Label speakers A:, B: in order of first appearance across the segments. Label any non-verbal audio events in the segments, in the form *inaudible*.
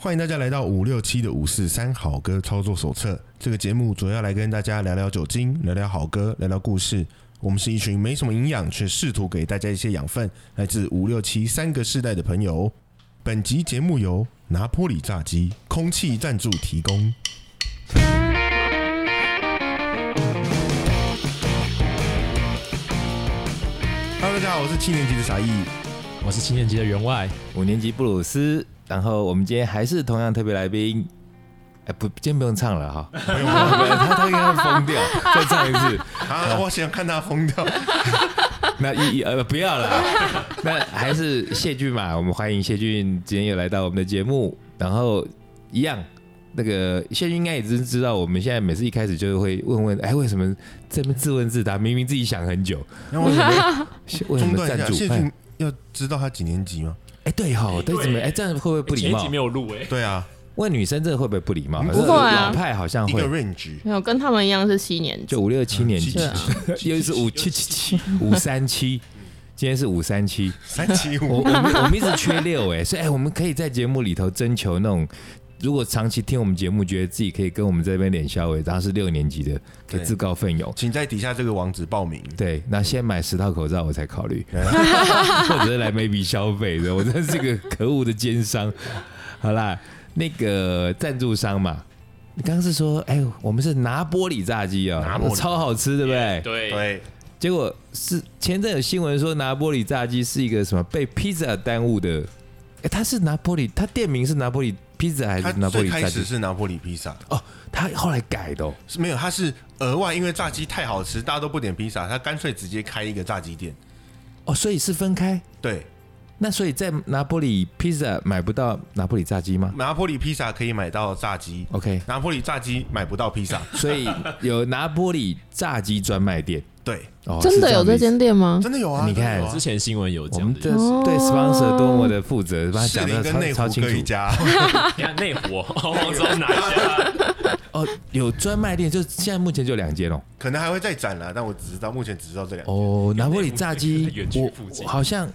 A: 欢迎大家来到五六七的五四三好歌操作手册。这个节目主要来跟大家聊聊酒精，聊聊好歌，聊聊故事。我们是一群没什么营养，却试图给大家一些养分，来自五六七三个世代的朋友。本集节目由拿坡里炸鸡空气赞助提供。Hello，大家好，我是七年级的傻义。
B: 我是七年级的员外，
C: 五年级布鲁斯，然后我们今天还是同样特别来宾，哎，不，今天不用唱了
B: *laughs*
C: 哈，
A: 不用
C: 他他应该会疯掉，再唱一次，
A: 啊，我想看他疯掉。
C: 那一一呃不要了，那还是谢俊嘛，我们欢迎谢俊，今天又来到我们的节目，然后一样。那个谢俊应该也知知道，我们现在每次一开始就会问问，哎，为什么这边自问自答？明明自己想很久，
A: 那为什么
C: 为什
A: 中
C: 么
A: 断一
C: 赞
A: 下，
C: 助？
A: 谢
C: 哎
A: 俊要知道他几年级吗？
C: 哎，对哈，对怎么？哎，这样会不会不礼
B: 前一
C: 貌
B: 集没？有录哎，
A: 对啊，
C: 问女生这会不会不礼貌？
A: 不
C: 可是
D: 会啊
C: 老派好像
A: 一
C: 会
A: 个 range， *laughs*
D: 没有跟他们一样是七年级
C: 就，五六七年
A: 七
C: 级
A: 七，
C: *laughs* 又是五七七七五三七，今天是五三七，
A: 三七
C: 我
A: 五
C: 我，们我们一直缺六哎，所以哎、我们可以在节目里头征求那种。如果长期听我们节目，觉得自己可以跟我们这边脸消委，然后是六年级的，可以
A: 对
C: 自告奋勇。
A: 请在底下这个网址报名。
C: 对，那先买十套口罩，我才考虑，
A: 哎
C: *laughs* 或者是来 maybe 消费的。我真是个可恶的奸商。好啦，那个赞助商嘛，你刚刚是说，哎、我们是拿玻璃炸鸡啊、
A: 拿玻璃哎
C: 超好吃，对不对？
B: 对，
A: 对，
C: 结果是前阵有新闻说拿玻璃炸鸡是一个什么被 pizza 耽误的，哎，他是拿玻璃，他店名是拿玻璃 pizza 还
A: 他
C: 是拿玻
A: 最
C: 璃
A: 开
C: 炸
A: 始
C: 鸡？
A: 是拿破里披萨，
C: 哦，他后来改的、哦，
A: 是没有，他是额外因为炸鸡太好吃，大家都不点披萨，他干脆直接开一个炸鸡店。
C: 哦，所以是分开。
A: 对，
C: 那所以在拿玻璃 pizza 买不到拿玻璃炸鸡吗
A: 拿破里披萨可以买到炸鸡，
C: ？OK，
A: 拿破里炸鸡买不到披萨。
C: 所以有拿玻璃炸鸡专卖店。 *laughs*
A: 对，
C: 哦，
D: *laughs* 真的有
C: 是样的意
D: 这
C: 思
D: 间店吗？
A: 真的有啊，
C: 你看
A: 真的有啊
B: 之前新闻有
C: 我
B: 讲
C: 们这
B: 的，
D: 哦
C: 对 sponsor 多么的负责，把它
A: 士
C: 讲
A: 林
C: 的
A: 跟内
C: 超超
A: 湖
C: 清
A: 各一
C: 楚。 *laughs*
A: 家，
B: 你看内湖， *laughs* 哦我知道哪一家，
C: 哦，有专卖店，就现在目前就两间哦。
A: 可能还会再展啦，但我只知道目前只知道这两个。
C: 哦，拿破里炸鸡
B: 园，区
C: 我
B: 附近
C: 我好像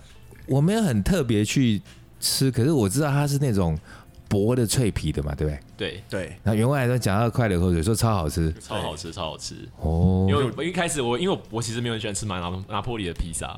C: 我没有很特别去吃，可是我知道它是那种薄的脆皮的嘛，对不对？
B: *laughs* 对，
A: 对，
C: 然后员外还在讲到快流口水，说超好吃
B: 超好吃，超好吃。
C: 哦
B: 因。为我一开始我因为我我其实没有很喜欢吃麻拿拿破里的披萨，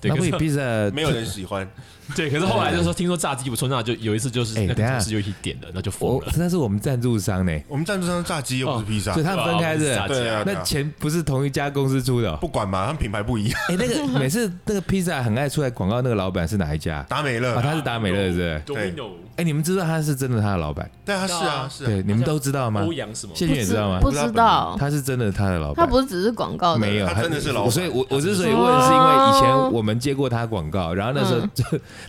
B: 对，
C: 拿
B: 可
C: 破里
B: 是
C: 披萨
A: 没有人喜欢。
B: 对，可是后来就说听说炸鸡不错，那就有一次就是
C: 哎
B: 那
C: 等一下
B: 个是有一点的，那就疯
C: 我
B: 了。
C: 那是我们赞助商呢，
A: 我们赞助商是炸鸡又不是披萨
C: 所以，他们分开
B: 对啊
C: 的。
B: 我们是炸
A: 对啊，对
C: 那
A: 啊
C: 钱不是同一家公司出的哦。
A: 不管嘛，他们品牌不一
C: *laughs*
A: 样。
C: 哎，那个每次那个披萨很爱出来广告，那个老板是哪一家？
A: 达美
C: 啊，
A: 乐，
C: 他是达美乐是不是？
A: 对
B: ，Domino
C: 哎，你们知道他是真的他的老板？
A: 对啊，是啊，是啊
C: 对，，你们都知道吗
B: 欧？阳什么？
C: 谢谢你也知道吗？
D: 不知道，
C: 他是真的他的老板。
D: 他不是只是广告的，
C: 没有，
A: 他真的是老板
C: 我所以我我之所以问，是因为以前我们接过他广告，然后那时候
D: 嗯
C: 就、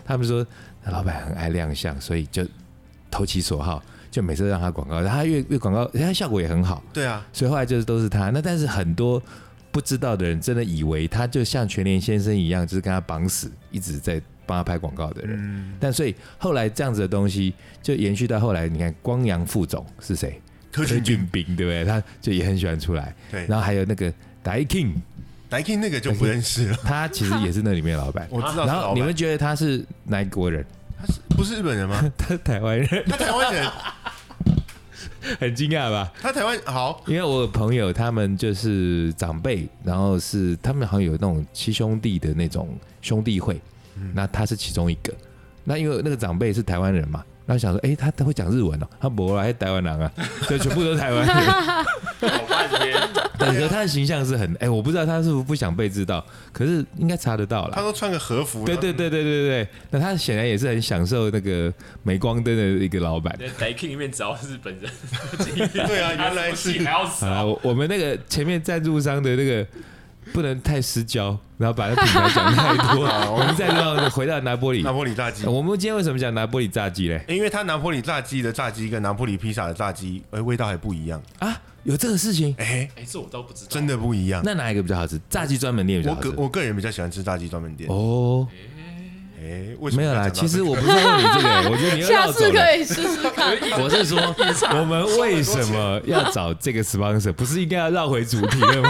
C: 他们说那老板很爱亮相，所以就投其所好，就每次让他广告，然后他越越广告，他效果也很好，
A: 对啊，
C: 所以后来就是都是他。那但是很多不知道的人真的以为他就像全联先生一样，就是跟他绑死，一直在帮他拍广告的人。
A: 嗯，
C: 但所以后来这样子的东西就延续到后来，你看光阳副总是谁？
A: 柯
C: 柯
A: 俊
C: 俊
A: 俊，
C: 斌对不对？他就也很喜欢出来，
A: 对，
C: 然后还有那个 Dai King。
A: 来 King 那个就不认识了，。
C: 他其实也是那里面的老
A: *laughs*
C: 板
A: 我知道是
C: 然
A: 老
C: 后
A: 板
C: 你们觉得他是哪一国人？
A: 他是不是日本人
C: *laughs*
A: 吗？
C: 他台湾人，
A: 他台湾人，
C: 很惊讶吧？
A: 他台湾 *laughs* 好，
C: 因为我有朋友他们就是长辈，然后是他们好像有那种七兄弟的那种兄弟会，那他是其中一个。那因为那个长辈是台湾人嘛，然后想说，哎、他他会讲日文哦，他不来台湾人啊，就全部都是台湾人。
B: 好半天，
C: 但是他的形象是很，哎、我不知道他是不是不想被知道，可是应该查得到
A: 他
C: 啦。
A: 都穿个和服，
C: 对对对对对对，那他显然也是很享受那个镁光灯的一个老板。
B: 那 d a King 里面只要日本 *laughs* 人，
A: 对啊，原来
B: *laughs*
A: 是
B: 还要死
C: 好啦，我我们那个前面赞助商的那个不能太失焦，然后把那品牌讲太多。我们再到回到拿玻里
A: 拿，破里炸鸡。
C: 我们今天为什么讲拿玻里炸鸡嘞？
A: 因为他拿破里炸鸡的炸鸡跟拿破里披萨的炸鸡，哎，味道还不一样，
C: 啊，有这个事情？
A: 哎，
B: 哎，这我倒不知道，
A: 真的不一样。
C: 那哪一个比较好吃？炸鸡专门店比较
A: 我
C: 好吃
A: 个。我个人比较喜欢吃炸鸡专门店，
C: 啊哦，
A: 哎，为什么
C: 没有
A: 要
C: 啦，
A: 讲到
C: 其
A: 这
C: 实
A: 个
C: 我不是问你这个，我觉得你又
D: 下
C: 绕走了。
D: 次可以试试看。
C: 我是说，我们为什么要找这个 sponsor？不是应该要绕回主题 *laughs* 了吗？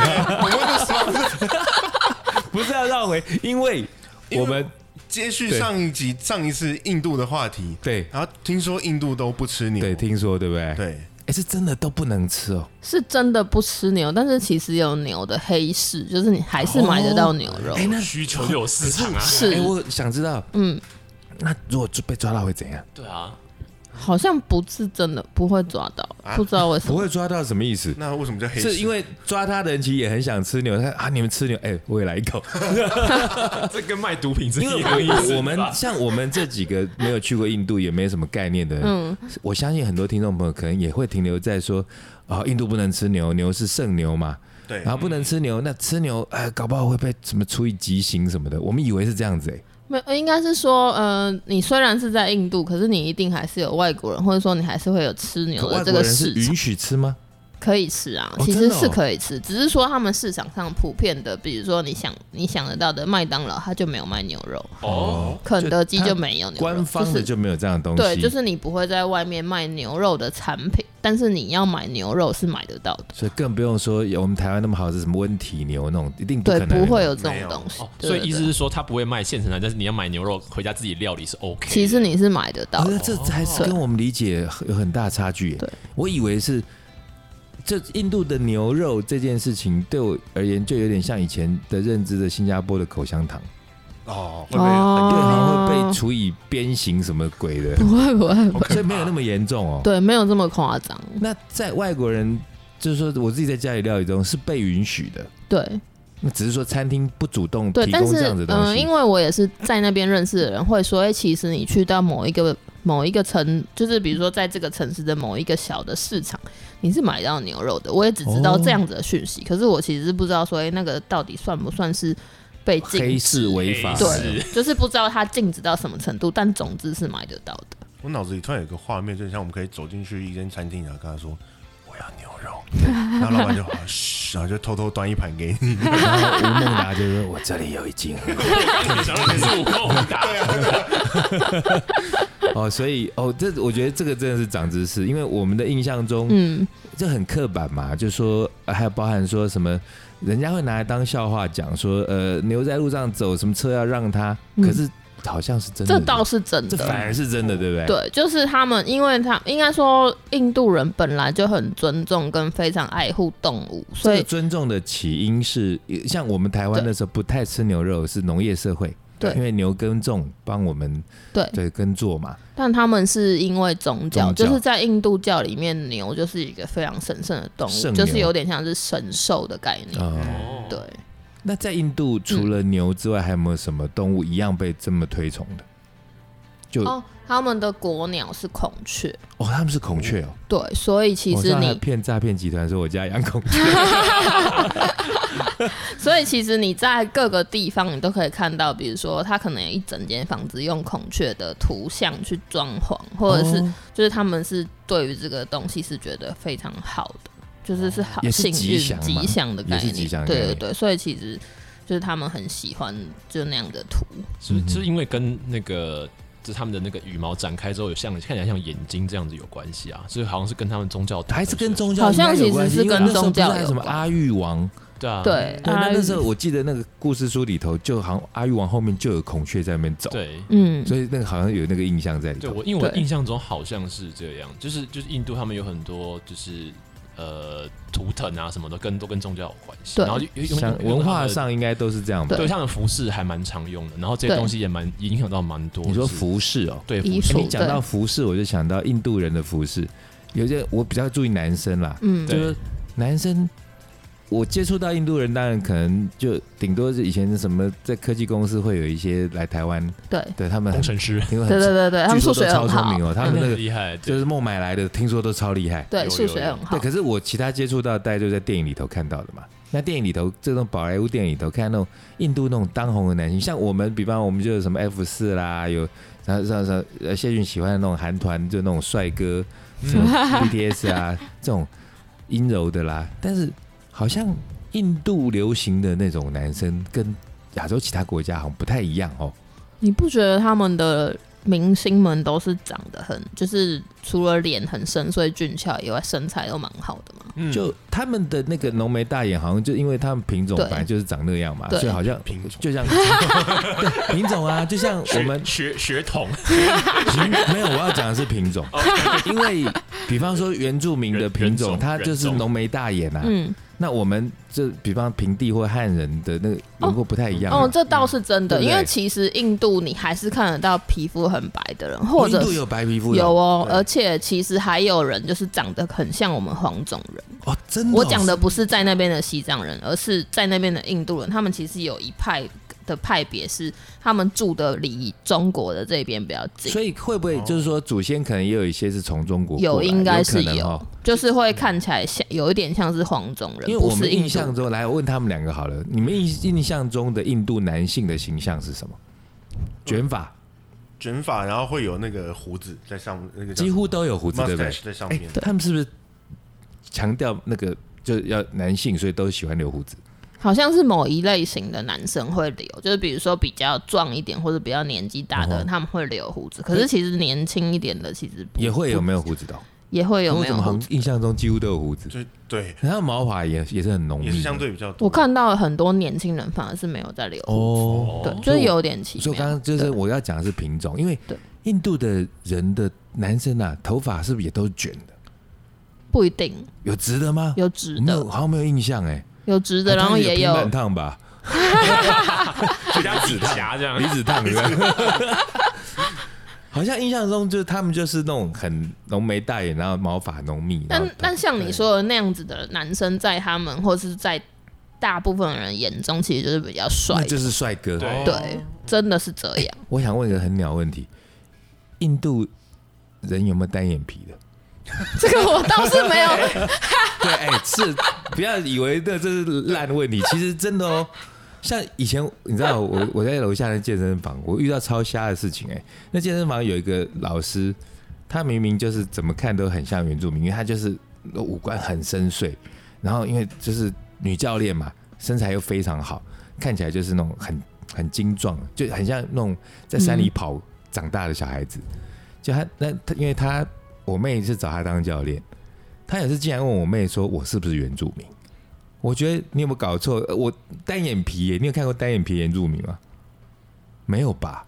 C: 不是要绕回，因为我们
A: 接续
C: 对
A: 上一集上一次印度的话题，
C: 对
A: 然后听说印度都不吃牛，
C: 对，听说对不对？，
A: 对
C: 哎，是真的都不能吃哦。
D: 是真的不吃牛，但是其实有牛的黑市，就是你还是买得到牛肉。
C: 哎，那
B: 需求就有市场啊，
D: 是
C: 哎，我想知道，
D: 嗯，
C: 那如果被抓到会怎样？
B: 对啊，
D: 好像不是真的，不会抓到，不知道为什
C: 啊不
D: 么。
C: 会抓到什么意思？
A: 那为什么叫黑市？
C: 是因为抓他的人其实也很想吃牛，他啊，你们吃牛，哎、我也来一口。
B: *laughs* 这跟卖毒品
C: *laughs*
B: 是
C: 因
B: 一
C: *laughs* 为
B: 样的意思吧。
C: 我们像我们这几个没有去过印度，也没什么概念的人，
D: 嗯，
C: 我相信很多听众朋友可能也会停留在说，啊、印度不能吃牛，牛是圣牛嘛，
A: 对
C: 然后不能吃牛，那吃牛，哎，搞不好会被什么处以极刑什么的。我们以为是这样子、哎，
D: 没有，应该是说，呃，你虽然是在印度，可是你一定还是有外国人，或者说你还是会有吃牛
C: 可
D: 的
C: 外
D: 这
C: 国
D: 个
C: 人是
D: 市场，
C: 允许吃吗？
D: 可以吃啊，
C: 哦
D: 其
C: 真
D: 实
C: 的哦
D: 是可以吃，只是说他们市场上普遍的，比如说你想你想得到的麦当劳，它就没有卖牛肉，
B: 哦，
D: 肯德基
C: 它
D: 就没有牛肉，
C: 官方
D: 就
C: 的
D: 是
C: 就没有这样的东西，
D: 对，就是你不会在外面卖牛肉的产品，但是你要买牛肉是买得到的，
C: 所以更不用说有我们台湾那么好是什么温体牛那种，一定不可
D: 对，
C: 能
D: 不会有这
A: 没有
D: 种东西
B: 哦，，
D: 对
B: 所以意思。
D: 对对
B: 是说他不会卖现成的，但是你要买牛肉回家自己料理是 OK 的。
D: 其
B: *laughs*
D: 实你是买得到
C: 可 *laughs*
D: 的，
C: 是哦这才是
D: 对
C: 跟我们理解有很大差距耶。
D: 对
C: 我以为是这印度的牛肉这件事情，对我而言就有点像以前的认知的新加坡的口香糖，
A: 哦，会不会很
C: 对，
D: 哦
C: 好像会被处以鞭刑什么鬼的，
D: 不会 *laughs* 不会，
C: 所以没有那么严重哦。
D: 对，没有这么夸张，
C: 那在外国人，就是说我自己在家里料理中是被允许的，
D: 对
C: 那只是说餐厅不主动
D: 对，
C: 提
D: 但
C: 供
D: 是
C: 这样子的
D: 嗯、
C: 东西
D: 因。为我也是在那边认识的人会说，哎、其实你去到某一个某一个城，就是比如说在这个城市的某一个小的市场，你是买到牛肉的，我也只知道
C: 哦
D: 这样子的讯息，可是我其实是不知道说，哎、那个到底算不算是被禁
C: 黑
D: 止
C: 市违法，
D: 对， *laughs* 就是不知道它禁止到什么程度，但总之是买得到的。
A: 我脑子里突然有个画面，就像我们可以走进去一间餐厅，然后跟他说我要牛肉， *laughs* 然后老板就好，嘘，然后就偷偷端一盘给你，
C: 然后吴孟达就说：“我这里有一斤。”
B: 想到你是五梦打，
C: 啊哦，所以哦，这我觉得这个真的是长知识，因为我们的印象中、
D: 嗯，
C: 这很刻板嘛，就说、呃还有包含说什么，人家会拿来当笑话讲说，呃，牛在路上走，什么车要让它，
D: 嗯
C: 可是好像是真的，
D: 这倒是真
C: 这反
D: 的。
C: 而是真的，对不对？
D: 对，就是他们，因为他应该说印度人本来就很尊重跟非常爱护动物，
C: 这
D: 所
C: 个
D: 以
C: 尊重的起因是，呃像我们台湾
D: 对
C: 那时候不太吃牛肉，是农业社会，
D: 对
C: 因为牛耕种帮我们
D: 对，
C: 对耕作嘛，
D: 但他们是因为宗教，
C: 宗教
D: 就是在印度教里面，牛就是一个非常神圣的动
C: 圣
D: 物，
C: 牛
D: 就是有点像是神兽的概念。
C: 嗯，
B: 哦，
D: 对，
C: 那在印度除
D: 嗯
C: 了牛之外，还有没有什么动物一样被这么推崇的？就哦
D: 哦，他们的国鸟是孔雀，
C: 他们是孔雀哦。
D: 对，所以其
C: 我
D: 实
C: 上次还
D: 你
C: 骗诈骗集团说我家养孔雀，
D: 所以其实你在各个地方，你都可以看到，比如说它可能有一整间房子用孔雀的图像去装潢， *laughs* 或者是
C: 哦
D: 就是他们是对于这个东西是觉得非常好的，就是是好
C: 哦也是
D: 幸
C: 吉
D: 运
C: 祥嘛
D: 吉祥的概
C: 也是
D: 念，
C: 吉祥的概
D: 对
C: 念
D: 对对，所以其实就是他们很喜欢就那样的图，
B: 是
C: 嗯
B: 不是是因为跟那个就是他们的那个羽毛展开之后，有像看起来像眼睛这样子有关系啊，所以好像是跟他们宗教
C: 还是跟宗教
D: 好像
C: 应该有关系
D: 其实是跟
C: 因为那时候
D: 宗教
C: 不是还有什么
D: 有关
C: 阿育王？
B: 对啊
D: 对，
C: 对，那
D: 啊
C: 那时候我记得那个故事书里头，就好像阿育王后面就有孔雀在那边走，
B: 对。
D: 嗯，
C: 所以那个好像有那个印象在里
B: 对
C: 头。
B: 我，因为我
D: 对
B: 印象中好像是这样，就是就是印度他们有很多就是呃图腾啊什么的，跟都跟宗教有关系，
D: 对
B: 然后就用
C: 像
B: 用
C: 文
B: 他
C: 化
B: 们的
C: 上应该都是这样吧？
B: 对，他们服饰还蛮常用的，然后这些
D: 对
B: 东西也蛮影响到蛮多。
C: 你说
B: 是
C: 服饰哦，
B: 对
D: 衣
B: 服
C: 哎
D: 服
C: 你讲到服饰，我就想到印度人的服饰，有些我比较注意男生啦，
D: 嗯
B: 对
C: 就是男生，我接触到印度人，当然可能就顶多是以前什么在科技公司会有一些来台湾，
D: 对
C: 对他们
B: 工
C: 很
B: 程师
C: 听说
D: 对
C: 很
D: 对对对，他们
C: 据
D: 数
C: 说都
D: 学
C: 超
D: 很
C: 聪
D: 好
C: 明，哦，他们那
B: 很
C: 个
B: 厉害，对
C: 就是孟买来的，听说都超厉害。
D: 对
B: 有
D: 数学
B: 有有
D: 很
C: 对，
D: 好
C: 可，是我其他接触到的大概就在电影里头看到的嘛。那电影里头，这种宝莱坞电影里头，看那种印度那种当红的男星，像我们，比方我们就有什么 F 四啦，有然后像像呃谢俊喜欢的那种韩团，就那种帅哥，什么
D: *laughs*
C: BTS 啊，这种阴柔的啦。但是好像印度流行的那种男生，跟亚洲其他国家好像不太一样哦。
D: 你不觉得他们的明星们都是长得很，就是除了脸很深邃俊俏以外，身材都蛮好的吗？
B: 嗯
C: 就他们的那个浓眉大眼，好像就因为他们品种
D: 对
C: 本来就是长那样嘛，
D: 对
C: 所以好像
A: 品种
C: 就像 *laughs* 对品种啊，就像我
B: 血
C: 们
B: 血
C: *laughs*
B: 血统，
C: 没有，我要讲的是品种，
B: 哦
C: 因为比方说原住民的品
B: 人
C: 种，
B: 种
C: 它就是
B: 人种
C: 浓眉大眼啊。
D: 嗯，
C: 那我们这比方平地或汉人的那个轮廓不太一样啊、
D: 哦，这倒是真的，
C: 对不
D: 因
C: 对
D: 为其实印度你还是看得到皮肤很白的人，或者
C: 哦印度
D: 是
C: 有白皮肤的
D: 有哦，
C: 对
D: 而且其实还有人就是长得很像我们黄种人。
C: 哦，真的哦、
D: 我讲的不是在那边的西藏人，而是在那边的印度人，他们其实有一派的派别是他们住的离中国的这边比较近，
C: 所以会不会就是说祖先可能也有一些是从中国
D: 有
C: 过来
D: 应该是
C: 可能哦
D: 就是会看起来像有一点像是黄种人，
C: 因为
D: 不
C: 我
D: 是
C: 们
D: 印
C: 印
D: 度人
C: 象中，来我问他们两个好了，你们印印象中的印度男性的形象是什么？卷发，
A: 卷发，然后会有那个胡子在上面，那个叫
C: 几乎都有胡子，对不对
A: mustache？在上
C: 哎
A: 面，，
C: 他们是不是强调那个就是要男性，所以都喜欢留胡子？
D: 好像是某一类型的男生会留，就是比如说比较壮一点或者比较年纪大的，
C: 嗯哼
D: 他们会留胡子。可是其实年轻一点的其实不
C: 也会有
D: 不
C: 没有胡子的哦？
D: 也会有
C: 我
D: 没
C: 怎
D: 有
C: 么好像
D: 胡子？
C: 印象中几乎都有胡子？
A: 就对，
C: 然后毛发也也是很浓密
A: 也
C: 的，
A: 是相对比较多。
D: 我看到很多年轻人反而是没有在留胡子，
C: 哦。
D: 对，
C: 所
D: 就
C: 以
D: 是
C: 我
D: 有点奇
C: 所以我刚
D: 妙。
C: 刚就是我要讲的是品种，因为
D: 对
C: 印度的人的男生啊，头发是不是也都是卷的？
D: 不一定
C: 有直的吗？
D: 有直
C: 没
D: 的
C: 有，，好像没有印象哎。
D: 有直的，然后也
C: 平
D: 有
C: 板烫吧，
B: 就像指甲这样
C: 离，子烫有没
D: *laughs*
C: 有好像印象中就是他们就是那种很浓眉大眼，然后毛发浓密。然后
D: 但但像你说的那样子的男生，在他们或是在大部分人眼中，其实就是比较帅
C: 那
D: 的。
C: 就是帅哥。
B: 对
D: 对，真的是这样。
C: 我想问一个很鸟问题：印度人有没有单眼皮的？
D: 这个我倒是没有，
C: *laughs* 对，哎、是不要以为的这是烂问题，其实真的哦。像以前你知道，我我在楼下的健身房，我遇到超瞎的事情哎、那健身房有一个老师，他明明就是怎么看都很像原住民，因为他就是五官很深邃，然后因为就是女教练嘛，身材又非常好，看起来就是那种很很精壮，就很像那种在山里跑长大的小孩子。就他那他，因为他我妹是找他当教练，他也是竟然问我妹说我是不是原住民。我觉得你有没有搞错？呃我单眼皮耶，你有看过单眼皮原住民吗？没有吧？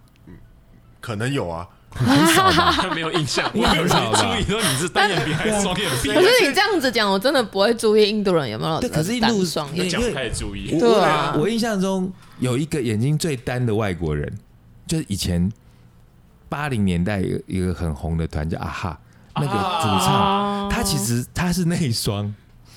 A: 可能有啊，
C: 很少吧？
B: *laughs* 没有印象，
C: 应
B: 我
C: 该
B: 没有
C: 很少吧
B: 注意说你是单眼皮还是双眼皮
D: *laughs* 可，是你这样子讲，我真的不会注意印度人有没有
C: 啊对可是印度
D: 单双眼。
C: 你
B: 讲不太注意，
C: 我
D: 对啊
C: 我我印象中有一个眼睛最单的外国人，就是以前八零年代有一个很红的团叫啊哈，那个主唱，
D: 啊
C: 他其实他是内双，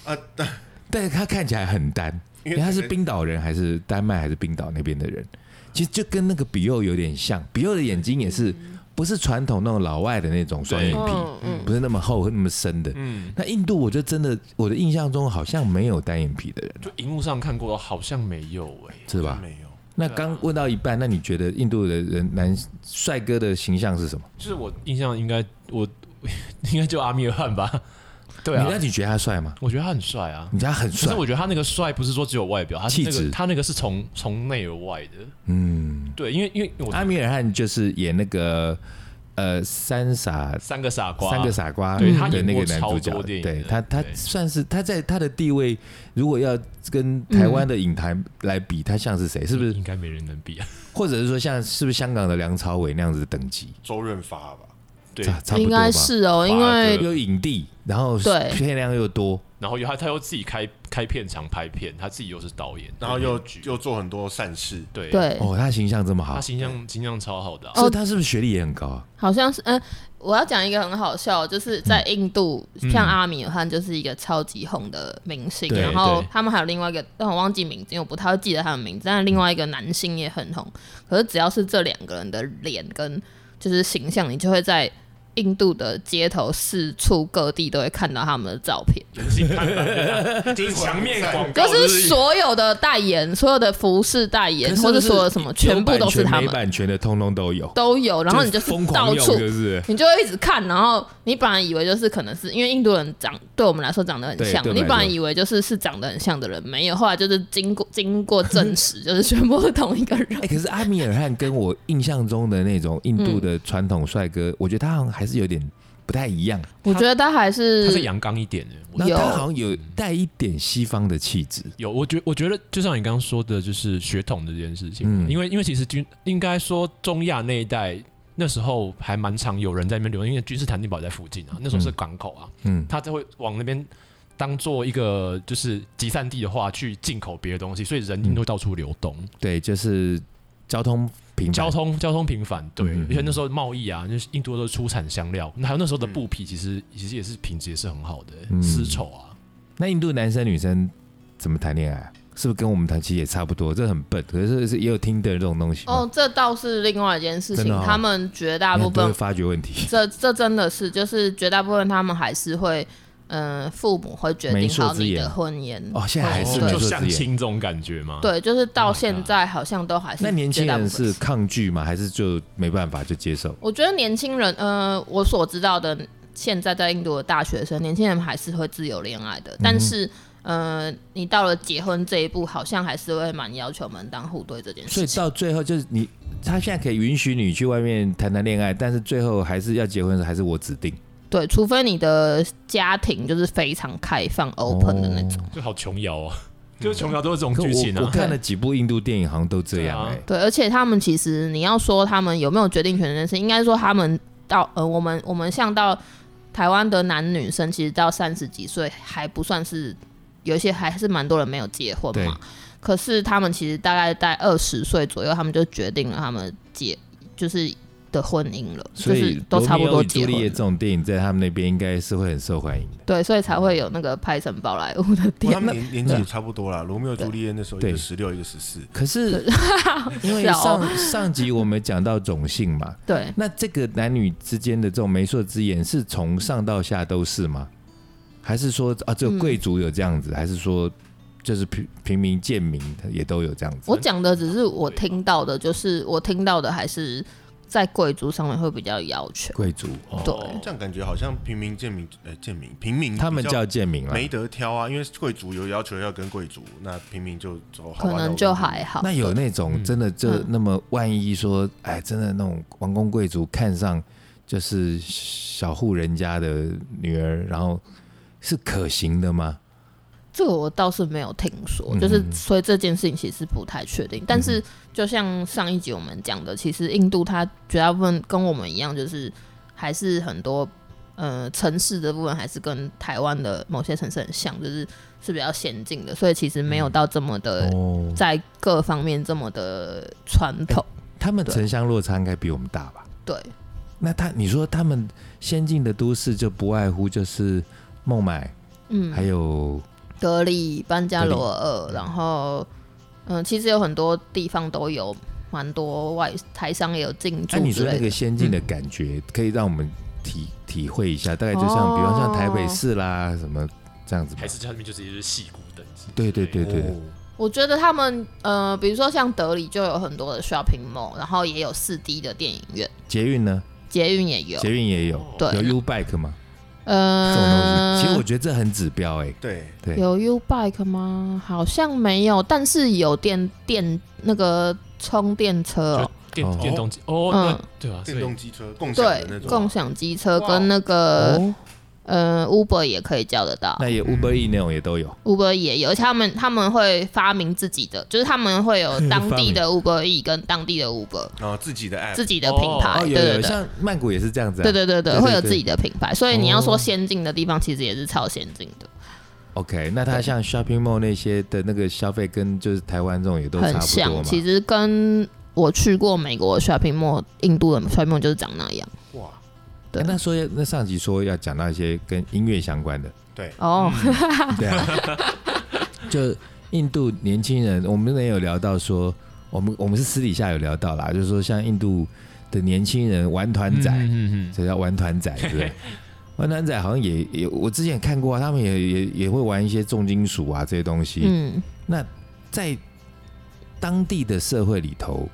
A: 啊，但
C: 但是他看起来很单，
A: 因
C: 因
A: 为
C: 为他是冰岛人还是丹麦还是冰岛那边的人，其实就跟那个比佑有点像，比佑的眼睛也是不是传统那种老外的那种双眼皮，
D: 嗯嗯，
C: 不是那么厚那么深的。
B: 嗯，
C: 那印度，我就真的我的印象中好像没有单眼皮的人，
B: 就荧幕上看过，好像没有哎，
C: 是吧？
A: 没有，
C: 那刚问到一半，那你觉得印度的人男帅哥的形象是什么？
B: 就是我印象应该我 *laughs* 应该就阿米尔汗吧，对啊
C: 你那，你觉得他帅吗？
B: 我觉得他很帅啊，
C: 你觉得他很
B: 可是
C: 帅？
B: 我觉得他那个帅不是说只有外表，他是那
C: 气质
B: 个他那个是从从内而外的，
C: 嗯，
B: 对，因为因为我
C: 阿米尔汗就是演那个呃三傻
B: 三个傻瓜，
C: 三个傻瓜
B: 对他
C: 的
B: 演
C: 那个
B: 过
C: 男主
B: 超多
C: 角的，
B: 电影
C: 对
B: 的
C: 他他
B: 对
C: 算是他在他的地位，如果要跟台湾的影坛来比，他像是谁？是不是？
B: 应该没人能比啊？ *laughs*
C: 或者是说像是不是香港的梁朝伟那样子的等级？
A: 周润发吧，
B: 对
C: 差差不
D: 应
C: 多吧
D: 该。是哦，因为
C: 又影帝，然后
D: 对
C: 片量又多，
B: 然后又他他又自己开开片场拍片，他自己又是导演，
A: 然后又
B: 剧
A: 又做很多善事，
B: 对，
D: 对，
C: 哦，他形象这么好
B: 他，形象形象超好的
A: *laughs*
B: 啊、
C: 哦，他是不是学历也很高啊？
D: 好像是嗯，我要讲一个很好笑，就是在印度，像阿米尔汗就是一个超级红的明星，
C: 嗯对
D: 然后
B: 对
D: 他们还有另外一个，但我忘记名字，因为我不太会记得他的名字，但是另外一个男星也很红，可是只要是这两个人的脸跟就是形象，你就会在。印度的街头四处各地都会看到他们的照片，
B: 人性看板， *laughs* 就是墙面广告，
C: 哦
D: 就是所有的代言、所有的服饰代言，
C: 可是
D: 或者
C: 是不是
D: 所有什么，全部都是他
C: 有版权没
D: 们
C: 版权的，通通都有。
D: 都有，然后你就是
C: 疯狂
D: 到
C: 用，
D: 处
C: 就是
D: 你就会一直看，然后你本来以为就是可能是因为印度人长对我们来说长得很像
C: 对对我，们
D: 你
C: 来说
D: 本来以为就是是长得很像的人没有，后来就是经过经过
C: *laughs*
D: 证实，就是全部是同一个人
C: 哎、。可是阿米尔汗跟我印象中的那种印度的传统帅哥，我觉得他好像还是有点不不太一样，
D: *laughs* 我觉得他还
B: 他
D: 是
B: 是阳刚一点的，我
C: 那
D: 有
C: 他好像有带一点西方的气质，
B: 有，我觉我觉得就像你刚刚说的，就是血统的这件事情，啊
C: 嗯
B: 因为因为其实军应该说中亚那一带那时候还蛮常有人在那边流浪，因为君士坦丁堡在附近啊，那时候是港口啊，
C: 嗯，
B: 他就会往那边当做一个就是集散地的话，去进口别的东西，所以人
C: 嗯
B: 一定会到处流动，
C: 对，就是交通平
B: 交通交通频繁，对，
C: 嗯嗯嗯
B: 而且那时候贸易啊，就是印度都是出产香料，还有那时候的布匹，其实其实也是品质也是很好的，
C: 嗯
B: 丝绸啊，
C: 那印度男生女生怎么谈恋爱、啊？是不是跟我们谈其实也差不多？这很笨，可是是也有听的这种东西吗，
D: 哦，这倒是另外一件事
C: 真
D: 情。
C: 的哦
D: 他们绝大
C: 你
D: 部
C: 看都会
D: 分，
C: 发觉问题。
D: 这这真的是就是绝大部分他们还是会，嗯、父母会决
C: 媒
D: 定
C: 妁
D: 好
C: 之
D: 你
C: 言
D: 的婚姻。
C: 哦现在还是媒
D: 对
B: 就
C: 妁之
B: 相
C: 言
B: 亲这种感觉嘛，
D: 对，就是到
B: Oh my
D: 现在好像都还是
C: 哦啊那年轻
D: 绝大部
C: 人
D: 分
C: 是抗拒吗？还是就没办法就接受？
D: 我觉得年轻人，呃，我所知道的，现在在印度的大学生，年轻人还是会自由恋爱
C: 嗯
D: 的，但是，呃，你到了结婚这一步，好像还是会蛮要求门当户对这件
C: 所以
D: 事情。
C: 到最后就是你，他现在可以允许你去外面谈谈恋爱，但是最后还是要结婚的时候还是我指定。
D: 对，除非你的家庭就是非常开放、open 的那种。
C: 哦
B: 就好琼瑶哦， *laughs* 就是琼瑶都是这种
C: 可
B: 剧情
C: 我我
B: 啊。
C: 看了几部印度电影，好像都这样
B: 对啊
C: 哎、
D: 对，而且他们其实你要说他们有没有决定权这件事，应该说他们到呃，我们我们像到台湾的男女生，其实到三十几岁还不算是，有一些还是蛮多人没有结婚
C: 对
D: 嘛。可是他们其实大概在二十岁左右，他们就决定了他们结就是的婚姻了，就
C: 所以
D: 是
C: 《
D: 都
C: 罗
D: 差不
C: 密欧
D: 多
C: 与朱
D: 结
C: 丽叶》
D: 婚
C: 这。种电影在他们那边应该是会很受欢迎的。
D: 对，所以才会有那个拍成宝莱坞的
C: *laughs*
A: 不过他
D: 电
A: 们
D: 影。
A: 年年纪也差不多啦，罗密欧朱丽叶那时候一
C: 对
A: 个十六，一个十四。
C: 可是因
D: *laughs*
C: 为
D: 是哦
C: 上上集我们讲到种姓嘛，
D: 对，
C: 那这个男女之间的这种媒妁之言，是从上到下都是吗？还是说啊，只有
D: 嗯
C: 贵族有这样子？还是说就是平平民贱民也都有这样子？
D: 我讲的只是我听到的，就是我听到的还是在贵族上面会比较要求。
C: 贵族，哦、
D: 对
A: 这样感觉好像平民贱民，呃，贱民平民
C: 他们
A: 比较
C: 叫贱民了。
A: 没得挑啊，因为贵族有要求要跟贵族，那平民就走好吧
D: 可能就还好。
C: 那有那种
B: 嗯
C: 真的就
D: 嗯
C: 那么万一说，哎，真的那种王公贵族看上就是小户人家的女儿，然后是可行的吗？
D: 这个我倒是没有听说，
C: 嗯
D: 就是所以这件事情其实不太确定。但是就像上一集我们讲的，其实印度它绝大部分跟我们一样，就是还是很多呃城市的部分还是跟台湾的某些城市很像，就是是比较先进的，所以其实没有
C: 嗯
D: 到这么的、
C: 哦，
D: 在各方面这么的传统。
C: 他们
D: 对
C: 城乡落差应该比我们大吧？
D: 对，
C: 那他，你说他们先进的都市就不外乎就是孟买，
D: 嗯，
C: 还有
D: 德里、班加罗尔，然后嗯，其实有很多地方都有蛮多外台商也有进驻
C: 哎，你
D: 之
C: 说
D: 类
C: 那
D: 的
C: 个。先进的感觉，可以让我们体体会一下，大概就像，
D: 哦
C: 比方像台北市啦，什么这样子吧
B: 还。是他们就直接是戏骨等级。
C: 对对对对，
D: 我觉得他们呃，比如说像德里就有很多的 shopping mall，然后也有四 D 的电影院，
C: 捷运呢，
D: 捷运也有。
C: 捷运也有，
D: 对
C: 有 U Bike 吗？这种东
D: 呃，
C: 西，其实我觉得这很指标哎，
A: 对，
C: 对，
D: 有 U Bike 吗？好像没有，但是有电电那个充电车、哦
B: 就，电、
C: 哦
B: 电动机哦，
D: 嗯
B: 那对啊，所
A: 电
B: 以
A: 动机车共享的那
D: 对，
A: 种，
D: 共享机车
A: 哇
D: 跟那个、
C: 哦
D: 呃 Uber 也可以叫得到。
C: 那也 Uber E 那种也都有，
D: Uber 也有，而且他们他们会发明自己的，就是他们会
C: *laughs*
D: 有当地的 Uber E 跟当地的 Uber
A: 然后哦自己的 app，
D: 自己的品牌，
C: 哦
D: 啊
C: 有
D: 对
C: 有，
D: 对
C: 有
D: 对。
C: 像曼谷也是这样子啊，
D: 对对对
C: 对对对
D: 对，会有自己的品牌，所以你要
C: 哦
D: 说先进的地方，其实也是超先进的，
C: OK，那它像 shopping mall 那些的那个消费跟就是台湾这种也都差
D: 很
C: 不多嘛
D: 像。？其实跟我去过美国的 shopping mall、印度的 shopping mall 就是长那样。
A: 哇，
D: 对
C: 哎那说那上集说要讲到一些跟音乐相关的，
A: 对，
D: 哦，
C: 对啊，就印度年轻人，我们也有聊到说，我们我们是私底下有聊到啦，就是说像印度的年轻人玩团仔，
B: 嗯嗯嗯
C: 这叫玩团仔，对不对？
B: *laughs*
C: 玩团仔好像也也，我之前看过、啊，他们也也也会玩一些重金属啊这些东 *laughs* 西。
D: 嗯，
C: 那在当地的社会里头，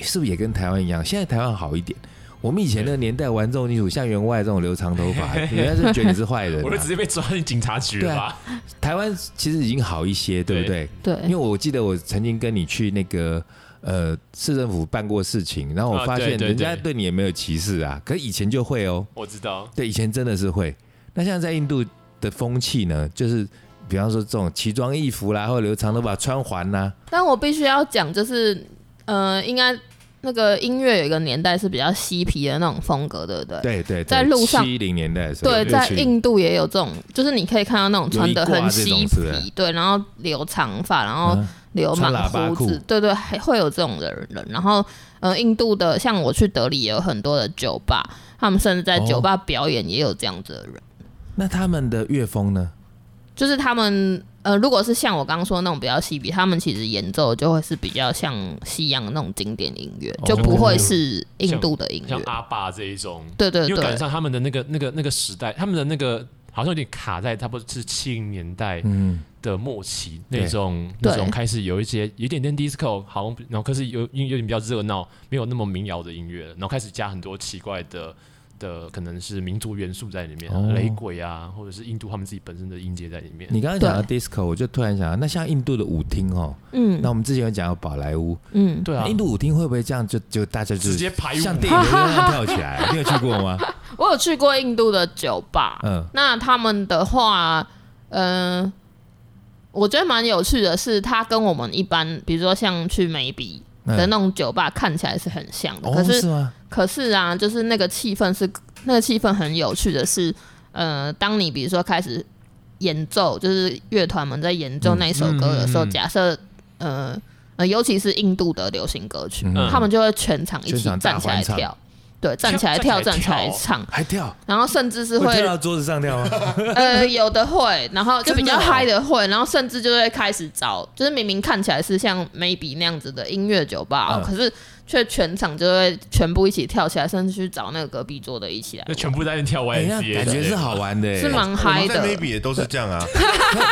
C: 是不是也跟台湾一样？现在台湾好一点。我们以前那个年代玩重金属，像员外这种留长头
B: *laughs*
C: 发，人家就觉得你是坏人、
B: 我就直
C: 啊。
B: 接被抓进警察局了吧？
C: 台湾其实已经好一些，对不对？
D: 对
C: 因为我记得我曾经跟你去那个呃市政府办过事情，然后我
B: 啊
C: 发
B: 对
C: 现
B: 对
C: 人家
B: 对
C: 对你也没有歧视啊，可以前就会哦，
B: 我知道，
C: 对，以前真的是会。那像在印度的风气呢，就是比方说这种奇装异服啦，或者留长头发穿环啦、
D: 但我必须要讲，就是呃，应该那个音乐有一个年代是比较嬉皮的那种风格，对不对？
C: 对对，
D: 呃在路上
C: 七零年代的时候，
D: 对，在
C: 60
D: 印度也有这种，就是你可以看到那种穿的
C: 有一挂
D: 很
C: 这种
D: 嬉
C: 是不是
D: 皮，对，然后留长发，然后
C: 嗯
D: 留满
C: 穿喇叭
D: 胡
C: 裤
D: 子，对对，还会有这种的人。然后，呃，印度的像我去德里也有很多的酒吧，他们甚至在
C: 哦
D: 酒吧表演也有这样子的人，
C: 那他们的乐风呢？
D: 就是他们。呃，如果是像我刚刚说的那种比较嬉皮，他们其实演奏就会是比较像西洋那种经典音
C: 哦
D: 乐，就不会是印度的音乐
B: 像。阿爸这一种，
D: 对呃对
B: 因为赶
D: 对，
B: 上他们的那个那个那个时代，他们的那个好像有点卡在差不多是七零年代
C: 嗯，
B: 的末期、
C: 对
B: 那种
D: 对
B: 那种开始有一些有一点点 disco，好像然后可是有因为有点比较热闹，没有那么民谣的音乐了，然后开始加很多奇怪的。的可能是民族元素在里面啊、
C: 哦
B: 雷鬼啊，或者是印度他们自己本身的音阶在里面。
C: 你刚刚讲到 disco，我就突然想到，那像印度的舞厅哦，
D: 嗯
C: 那我们之前有讲到宝莱坞，
D: 嗯，
B: 对啊，
C: 印度舞厅会不会这样就就大家就
B: 直接排舞
C: 像电影一样跳起来？你有去过吗？
D: 我有去过印度的酒吧，
C: 嗯，
D: 那他们的话，嗯、我觉得蛮有趣的是，它跟我们一般，比如说像去眉笔的那种酒吧，看起来是很像的。
C: 嗯
D: 可
C: 哦，
D: 是，
C: 是吗？
D: 可是啊，就是那个气氛是那个气氛很有趣的是，呃，当你比如说开始演奏，就是乐团们在演奏那一首歌的时候，
B: 嗯嗯嗯
D: 假设呃呃，尤其是印度的流行歌曲，
B: 嗯
D: 他们就会全场一
C: 全
D: 起
C: 场大
D: 站起来
C: 欢唱
D: 跳，对，站起来
B: 跳
D: 跳，
B: 站
D: 站
B: 起
D: 起
B: 来
D: 来
B: 跳
D: 唱，
C: 还跳，
D: 然后甚至是
C: 会
D: 会
C: 跳到桌子上跳
B: *laughs*
C: 吗？ *laughs*
D: 呃，有的会，然后就比较
C: 真的哦
D: 嗨的会，然后甚至就会开始找，就是明明看起来是像 maybe 那样子的音乐酒吧、哦
C: 嗯
D: 可是却全场就会全部一起跳起来，甚至去找那个隔壁桌的一起来
B: 那，全部在那边跳 Y
C: 哎，那
B: M C，
C: 感觉是好玩的，
D: 是？蛮
A: 我
D: 嗨
A: 们在
D: 的。
A: maybe 也都是这样啊，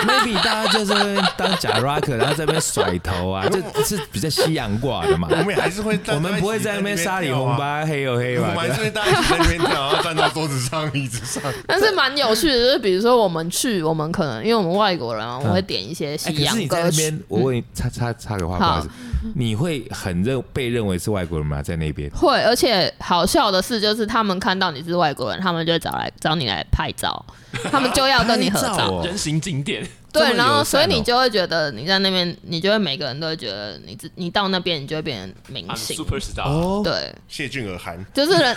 C: maybe 大家就是在那边当假 rock，然后在那边甩头啊，这是比较西洋挂的嘛。
A: 我们也还是会站，
C: 我们不会在那边沙里红
A: 吧？
C: 吧、黑油黑
A: 啊我
C: 吧
A: 们。还是会大家一起在那边跳，然后站到桌子上、椅子上。
D: 但是蛮有趣的，就是比如说我们去，我们可能因为我们外国人啊，我们会点一些
C: 哎，
D: 西
C: 可是
D: 洋
C: 你在
D: 歌
C: 那
D: 曲。
C: 边，我问你，插插插个话，不
D: 好
C: 好意思，你会很认被认为是外国人吗？在那边？
D: 会，而且好笑的是，就是他们看到你是外国人，他们就会找来找你来拍照，他们就 *laughs* 要跟你合
C: 拍
D: 照。
C: 照哦
B: 人形静电，
C: 这么
D: 对，然
C: 友
D: 后所以
C: 善哦
D: 你就会觉得你在那边，你就会每个人都会觉得你自你到那边，你就会变成明
B: I'm
D: 星。
B: super star。
C: 哦，
D: 对，
A: 谢俊尔韩，
D: 就是人， *laughs*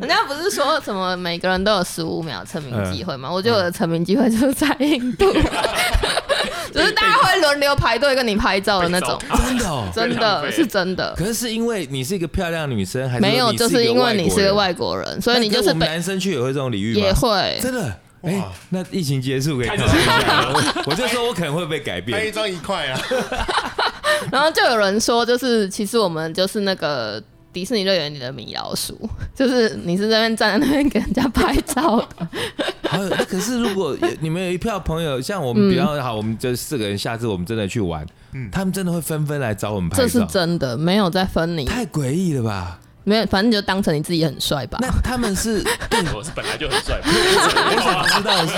D: 人家不是说什么每个人都有十五秒成
C: 嗯
D: 名机会吗？我觉得我的成名机会就是在印
C: *laughs*
D: 度，就是大家会轮流排队跟你拍照的那种
B: 被，
C: 真的哦。
D: 真
B: 被浪
D: 的
B: 费
D: 是真的。
C: 可是是因为你是一个漂亮女生，还是
D: 没有，
C: 你
D: 就是是
C: 一
D: 因为你是
C: 个
D: 个
C: 外
D: 外国人，
C: 国
D: 所
C: 人，
D: 以你
C: 那
D: 就
C: 跟
D: 是
C: 我们
D: 被
C: 男生去也会这种礼遇
D: 也
C: 吗？
D: 会
C: 真的。哎
A: 哇，
C: 那疫情结束可以
B: 看
C: 看
B: 着
C: 一下，我我就说我可能会被改
A: 拍一
C: 变。
A: 张一块啊，
D: *laughs* 然后就有人说，就是其实我们就是那个迪士尼乐园里的米老鼠， *laughs* 就是你是在那边站在那边给人家拍照
C: *laughs*
D: 的，
C: 还有啊那可是如
D: *laughs*
C: 果有你们有一票朋友，像我们比
D: 嗯
C: 较好，我们这四个人，下次我们真的去玩，他们真的会纷纷来找我们拍
D: 这是
C: 照，
D: 真的，没有在分你，
C: 太诡异了吧？
D: 没有，反正你就当成你自己很帅吧。
C: 那他们
D: *laughs*
C: 是
B: 我是本来就很
C: *laughs*
B: 帅，
C: 我想知道的是，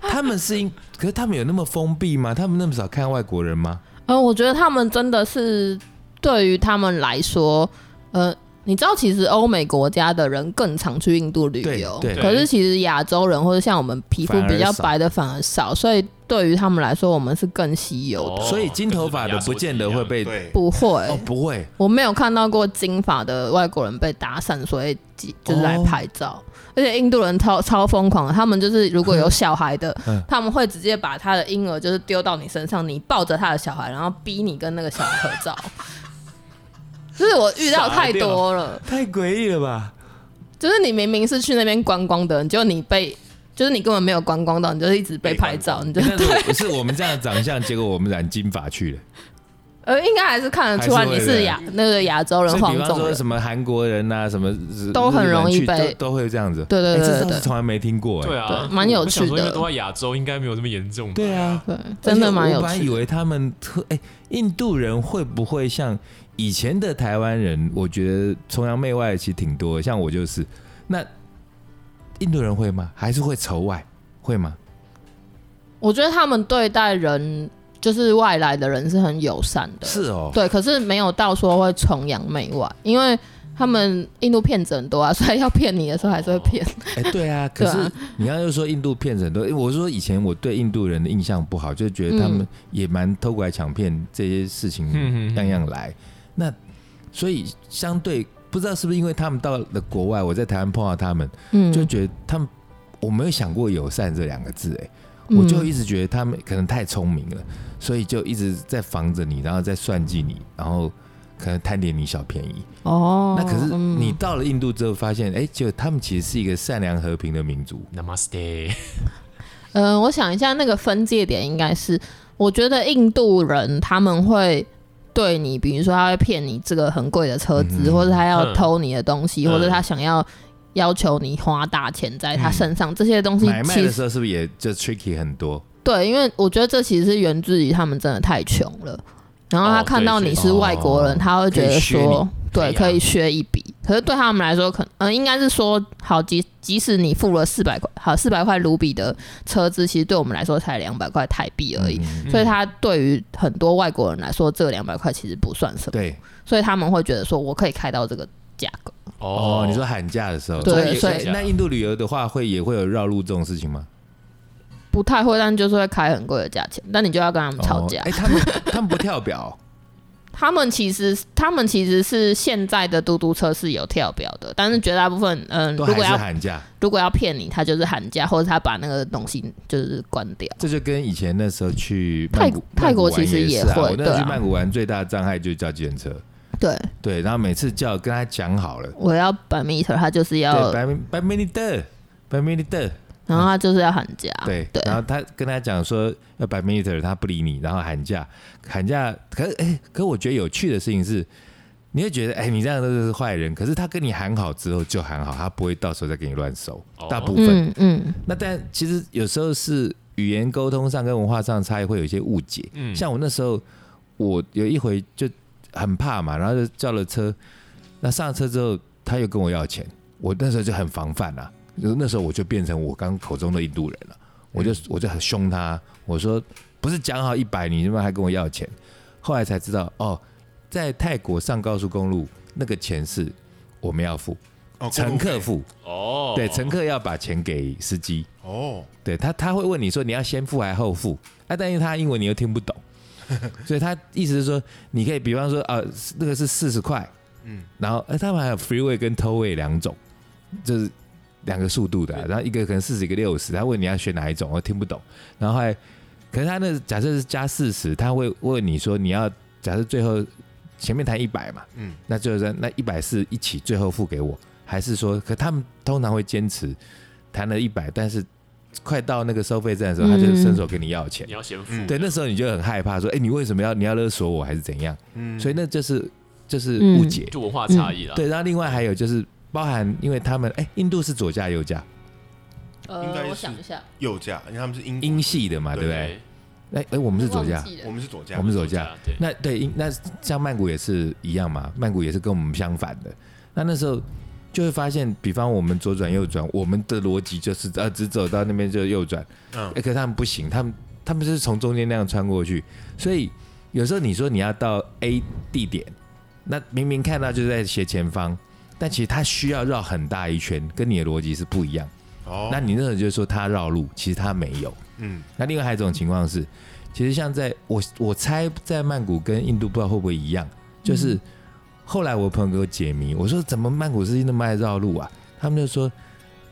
C: 他们是因，可是他们有那么封闭吗？他们那么少看外国人吗？
D: 呃，我觉得他们真的是对于他们来说，呃。你知道，其实欧美国家的人更常去印度旅游，
C: 对
B: 对
D: 可是其实亚洲人或者像我们皮肤
C: 反而
D: 比较
C: 少
D: 白的反而少，所以对于他们来说，我们是更稀有的。
B: 哦
C: 所以金头发的不见得会被
A: 对，
D: 不会，
C: 哦，不会
D: 我没有看到过金发的外国人被打散，所以几就是来拍照。而且印度人超超疯狂的，他们就是如果有小孩的，
C: 嗯
D: 他们会直接把他的婴儿就是丢到你身上，你抱着他的小孩，然后逼你跟那个小孩合照。就是我遇到太多了，
C: 太诡异了吧？
D: 就是你明明是去那边观光的，你就你被，就是你根本没有观光到，你就一直被拍照，你就
C: *laughs*
D: *laughs*
C: 但是我是我们这样的长相，结果我们染金发去了。
D: 呃应该还是看得出来
C: 还是
D: 你
C: 会的
D: 是亚那个亚洲人
C: 所以
D: 黄
C: 比方
D: 种
C: 说
D: 人，
C: 什么韩国人啊，什么日
D: 都很容易
C: 日本人去
D: 被
C: 都都会这样子。
D: 对对
C: 哎
D: 对
C: 这
D: 对
C: 倒
D: 对
C: 是从来没听过哎。
B: 对啊，
D: 对蛮有趣
B: 我想
D: 的
B: 说因为都在亚洲，应该没有这么严重吧。
C: 对啊，
D: 对，真的蛮有
C: 而且我本来
D: 趣
C: 以
D: 的。
C: 为他们特哎、印度人会不会像以前的台湾人？我觉得崇洋媚外其实挺多的，像我就是。那印度人会吗？还是会仇外？会吗？
D: 我觉得他们对待人就是外来的人是很友善的，
C: 是哦，
D: 对，可是没有到说会崇洋媚外，因为他们印度骗子很多啊，所以要骗你的时候还是会骗。
C: 哎、对啊，可
D: *laughs* 对
C: 是
D: 啊
C: 你刚刚又说印度骗子很多，诶我是说以前我对印度人的印象不好，就觉得他们
D: 嗯
C: 也蛮偷拐抢骗这些事
B: 嗯
C: 情
B: 嗯嗯
C: 样样来。那所以相对不知道是不是因为他们到了国外，我在台湾碰到他们，
D: 嗯，
C: 就觉得他们我没有想过友善这两个字、哎，
D: 嗯
C: 我就一直觉得他们可能太聪明了，所以就一直在防着你，然后在算计你，然后可能贪点你小便宜。
D: 嗯 *laughs* 哦，
C: 那可是
D: 嗯
C: 你到了印度之后，发现哎，就他们其实是一个善良和平的民族。
B: Namaste，
D: 嗯，我想一下，那个分界点应该是，我觉得印度人他们会对你，比如说他会骗你这个很贵的车子，
C: 嗯
D: 或者他要
B: 嗯
D: 偷你的东西，
B: 嗯
D: 或者他想要要求你花大钱在他
C: 嗯
D: 身上，这些东西
C: 买卖
D: 其
C: 的
D: 实
C: 时候是不是也就 tricky 很多？
D: 对，因为我觉得这其实是源自于他们真的太穷了，然后他
B: 哦
D: 看
B: 对
D: 到
B: 所以
D: 你是外国人，
C: 哦
D: 他会觉
C: 可
D: 得
C: 以削
D: 说
C: 你，
B: 可以
D: 对，
B: 啊
D: 可以削一笔。可是对他们来说，可能、呃、应该是说，好，即即使你付了四百块，好四百块卢比的车资，其实对我们来说才两百块台币而已。
C: 嗯
D: 所以他对于很多外国人来说，这两百块其实不算什么，
C: 对
D: 所以他们会觉得说，我可以开到这个价格。
C: 哦，你说喊价的时候，
D: 对
C: 所
D: 所
C: 以哎
D: 以
C: 那印度旅游的话，会也会有绕路这种事情吗？
D: 不太会，但就是会开很贵的价钱，但你就要跟他们吵架
C: 哦哎，。他们他们不跳
D: *laughs*
C: 表，
D: 他们其实，他们其实是现在的嘟嘟车是有跳表的，但是绝大部分，嗯、
C: 都
D: 如
C: 还
D: 果
C: 是
D: 要
C: 喊价。
D: 如果要骗你，他就是喊价，或者他把那个东西就是关掉。
C: 这就跟以前那时候去曼谷
D: 泰泰国
C: 曼玩
D: 其实
C: 也
D: 也
C: 是啊
D: 会
C: 我那时候
D: 对
C: 去
D: 啊
C: 曼谷玩最大的障碍就是叫计程车，
D: 对，
C: 对，然后每次叫跟他讲好了，
D: 我要百 meter，他就是
C: 对，，
D: 要
C: 百米百米里的，百米里的，
D: 然后他就是要喊价。
C: 对，
D: 啊对
C: 然后他跟他讲说要百 meter，他不理你，然后喊价，喊价。可哎、可我觉得有趣的事情是，你会觉得哎、你这样真的是坏人，可是他跟你喊好之后就喊好，他不会到时候再给你乱收，
B: 哦
C: 大部分。
D: 嗯嗯，
C: 那但其实有时候是语言沟通上跟文化上的差异会有一些误解。
B: 嗯
C: 像我那时候，我有一回就很怕嘛，然后就叫了车，那上了车之后他又跟我要钱，我那时候就很防范啊，就是那时候我就变成我刚口中的印度人了，我就我就很凶他，我说不是讲好一百，你他妈还跟我要钱，后来才知道哦，在泰国上高速公路那个钱是我们要付，
A: 哦
C: 乘客付，
B: 哦，
C: 对，乘客要把钱给司机。
A: 哦，
C: 对他，他会问你说你要先付还是后付？啊，但是他英文你又
A: *laughs*
C: 听不懂，所以他意思是说，你可以比方说，啊，那个是四十块，嗯
A: 嗯，
C: 然后，哎、他们还有 freeway 跟 tollway 两种，就是两个速度的啊、然后一个可能四十，一个六十，他问你要选哪一种，我听不懂。然后后来，可是他那假设是加四十，他会问你说你要假设最后前面谈一百嘛，
A: 嗯，
C: 那就是那一百是一起最后付给我，还是说，可他们通常会坚持谈了一百，但是快到那个收费站的时候，他就
D: 嗯
C: 伸手跟你要钱
B: 你。要先付，
A: 嗯
C: 对，那时候你就很害怕，说，哎、你为什么要你要勒索我，还是怎样？
A: 嗯
C: 所以那就是就是
D: 嗯
C: 误解。
B: 就文化差异啦。
C: 对，然后另外还有就是包含，因为他们哎、印度是左驾右驾，
A: 应该
D: 呃，
A: 是
D: 我想一下，
A: 右驾，因为他们是英
C: 英系的嘛，对
A: 对
C: 不对？哎哎、我们是左驾
D: 忘，记了
A: 我们是左驾，
C: 我们是左驾。，
B: 对，
C: 那对，英那像曼谷也是一样嘛，曼谷也是跟我们相反的。那那时候就会发现，比方我们左转右转，我们的逻辑就是呃只走到那边就右转，
A: 嗯
C: 哎，可是他们不行，他们他们就是从中间那样穿过去，所以有时候你说你要到 A 地点，那明明看到就在斜前方，但其实他需要绕很大一圈，跟你的逻辑是不一样。
A: 哦，
C: 那你那时候就说他绕路，其实他没有。
A: 嗯
C: 那另外还有一种情况是，其实像在我我猜在曼谷跟印度不知道会不会一样，就是后来我朋友给我解谜，我说怎么曼谷司机那么爱绕路啊？他们就说，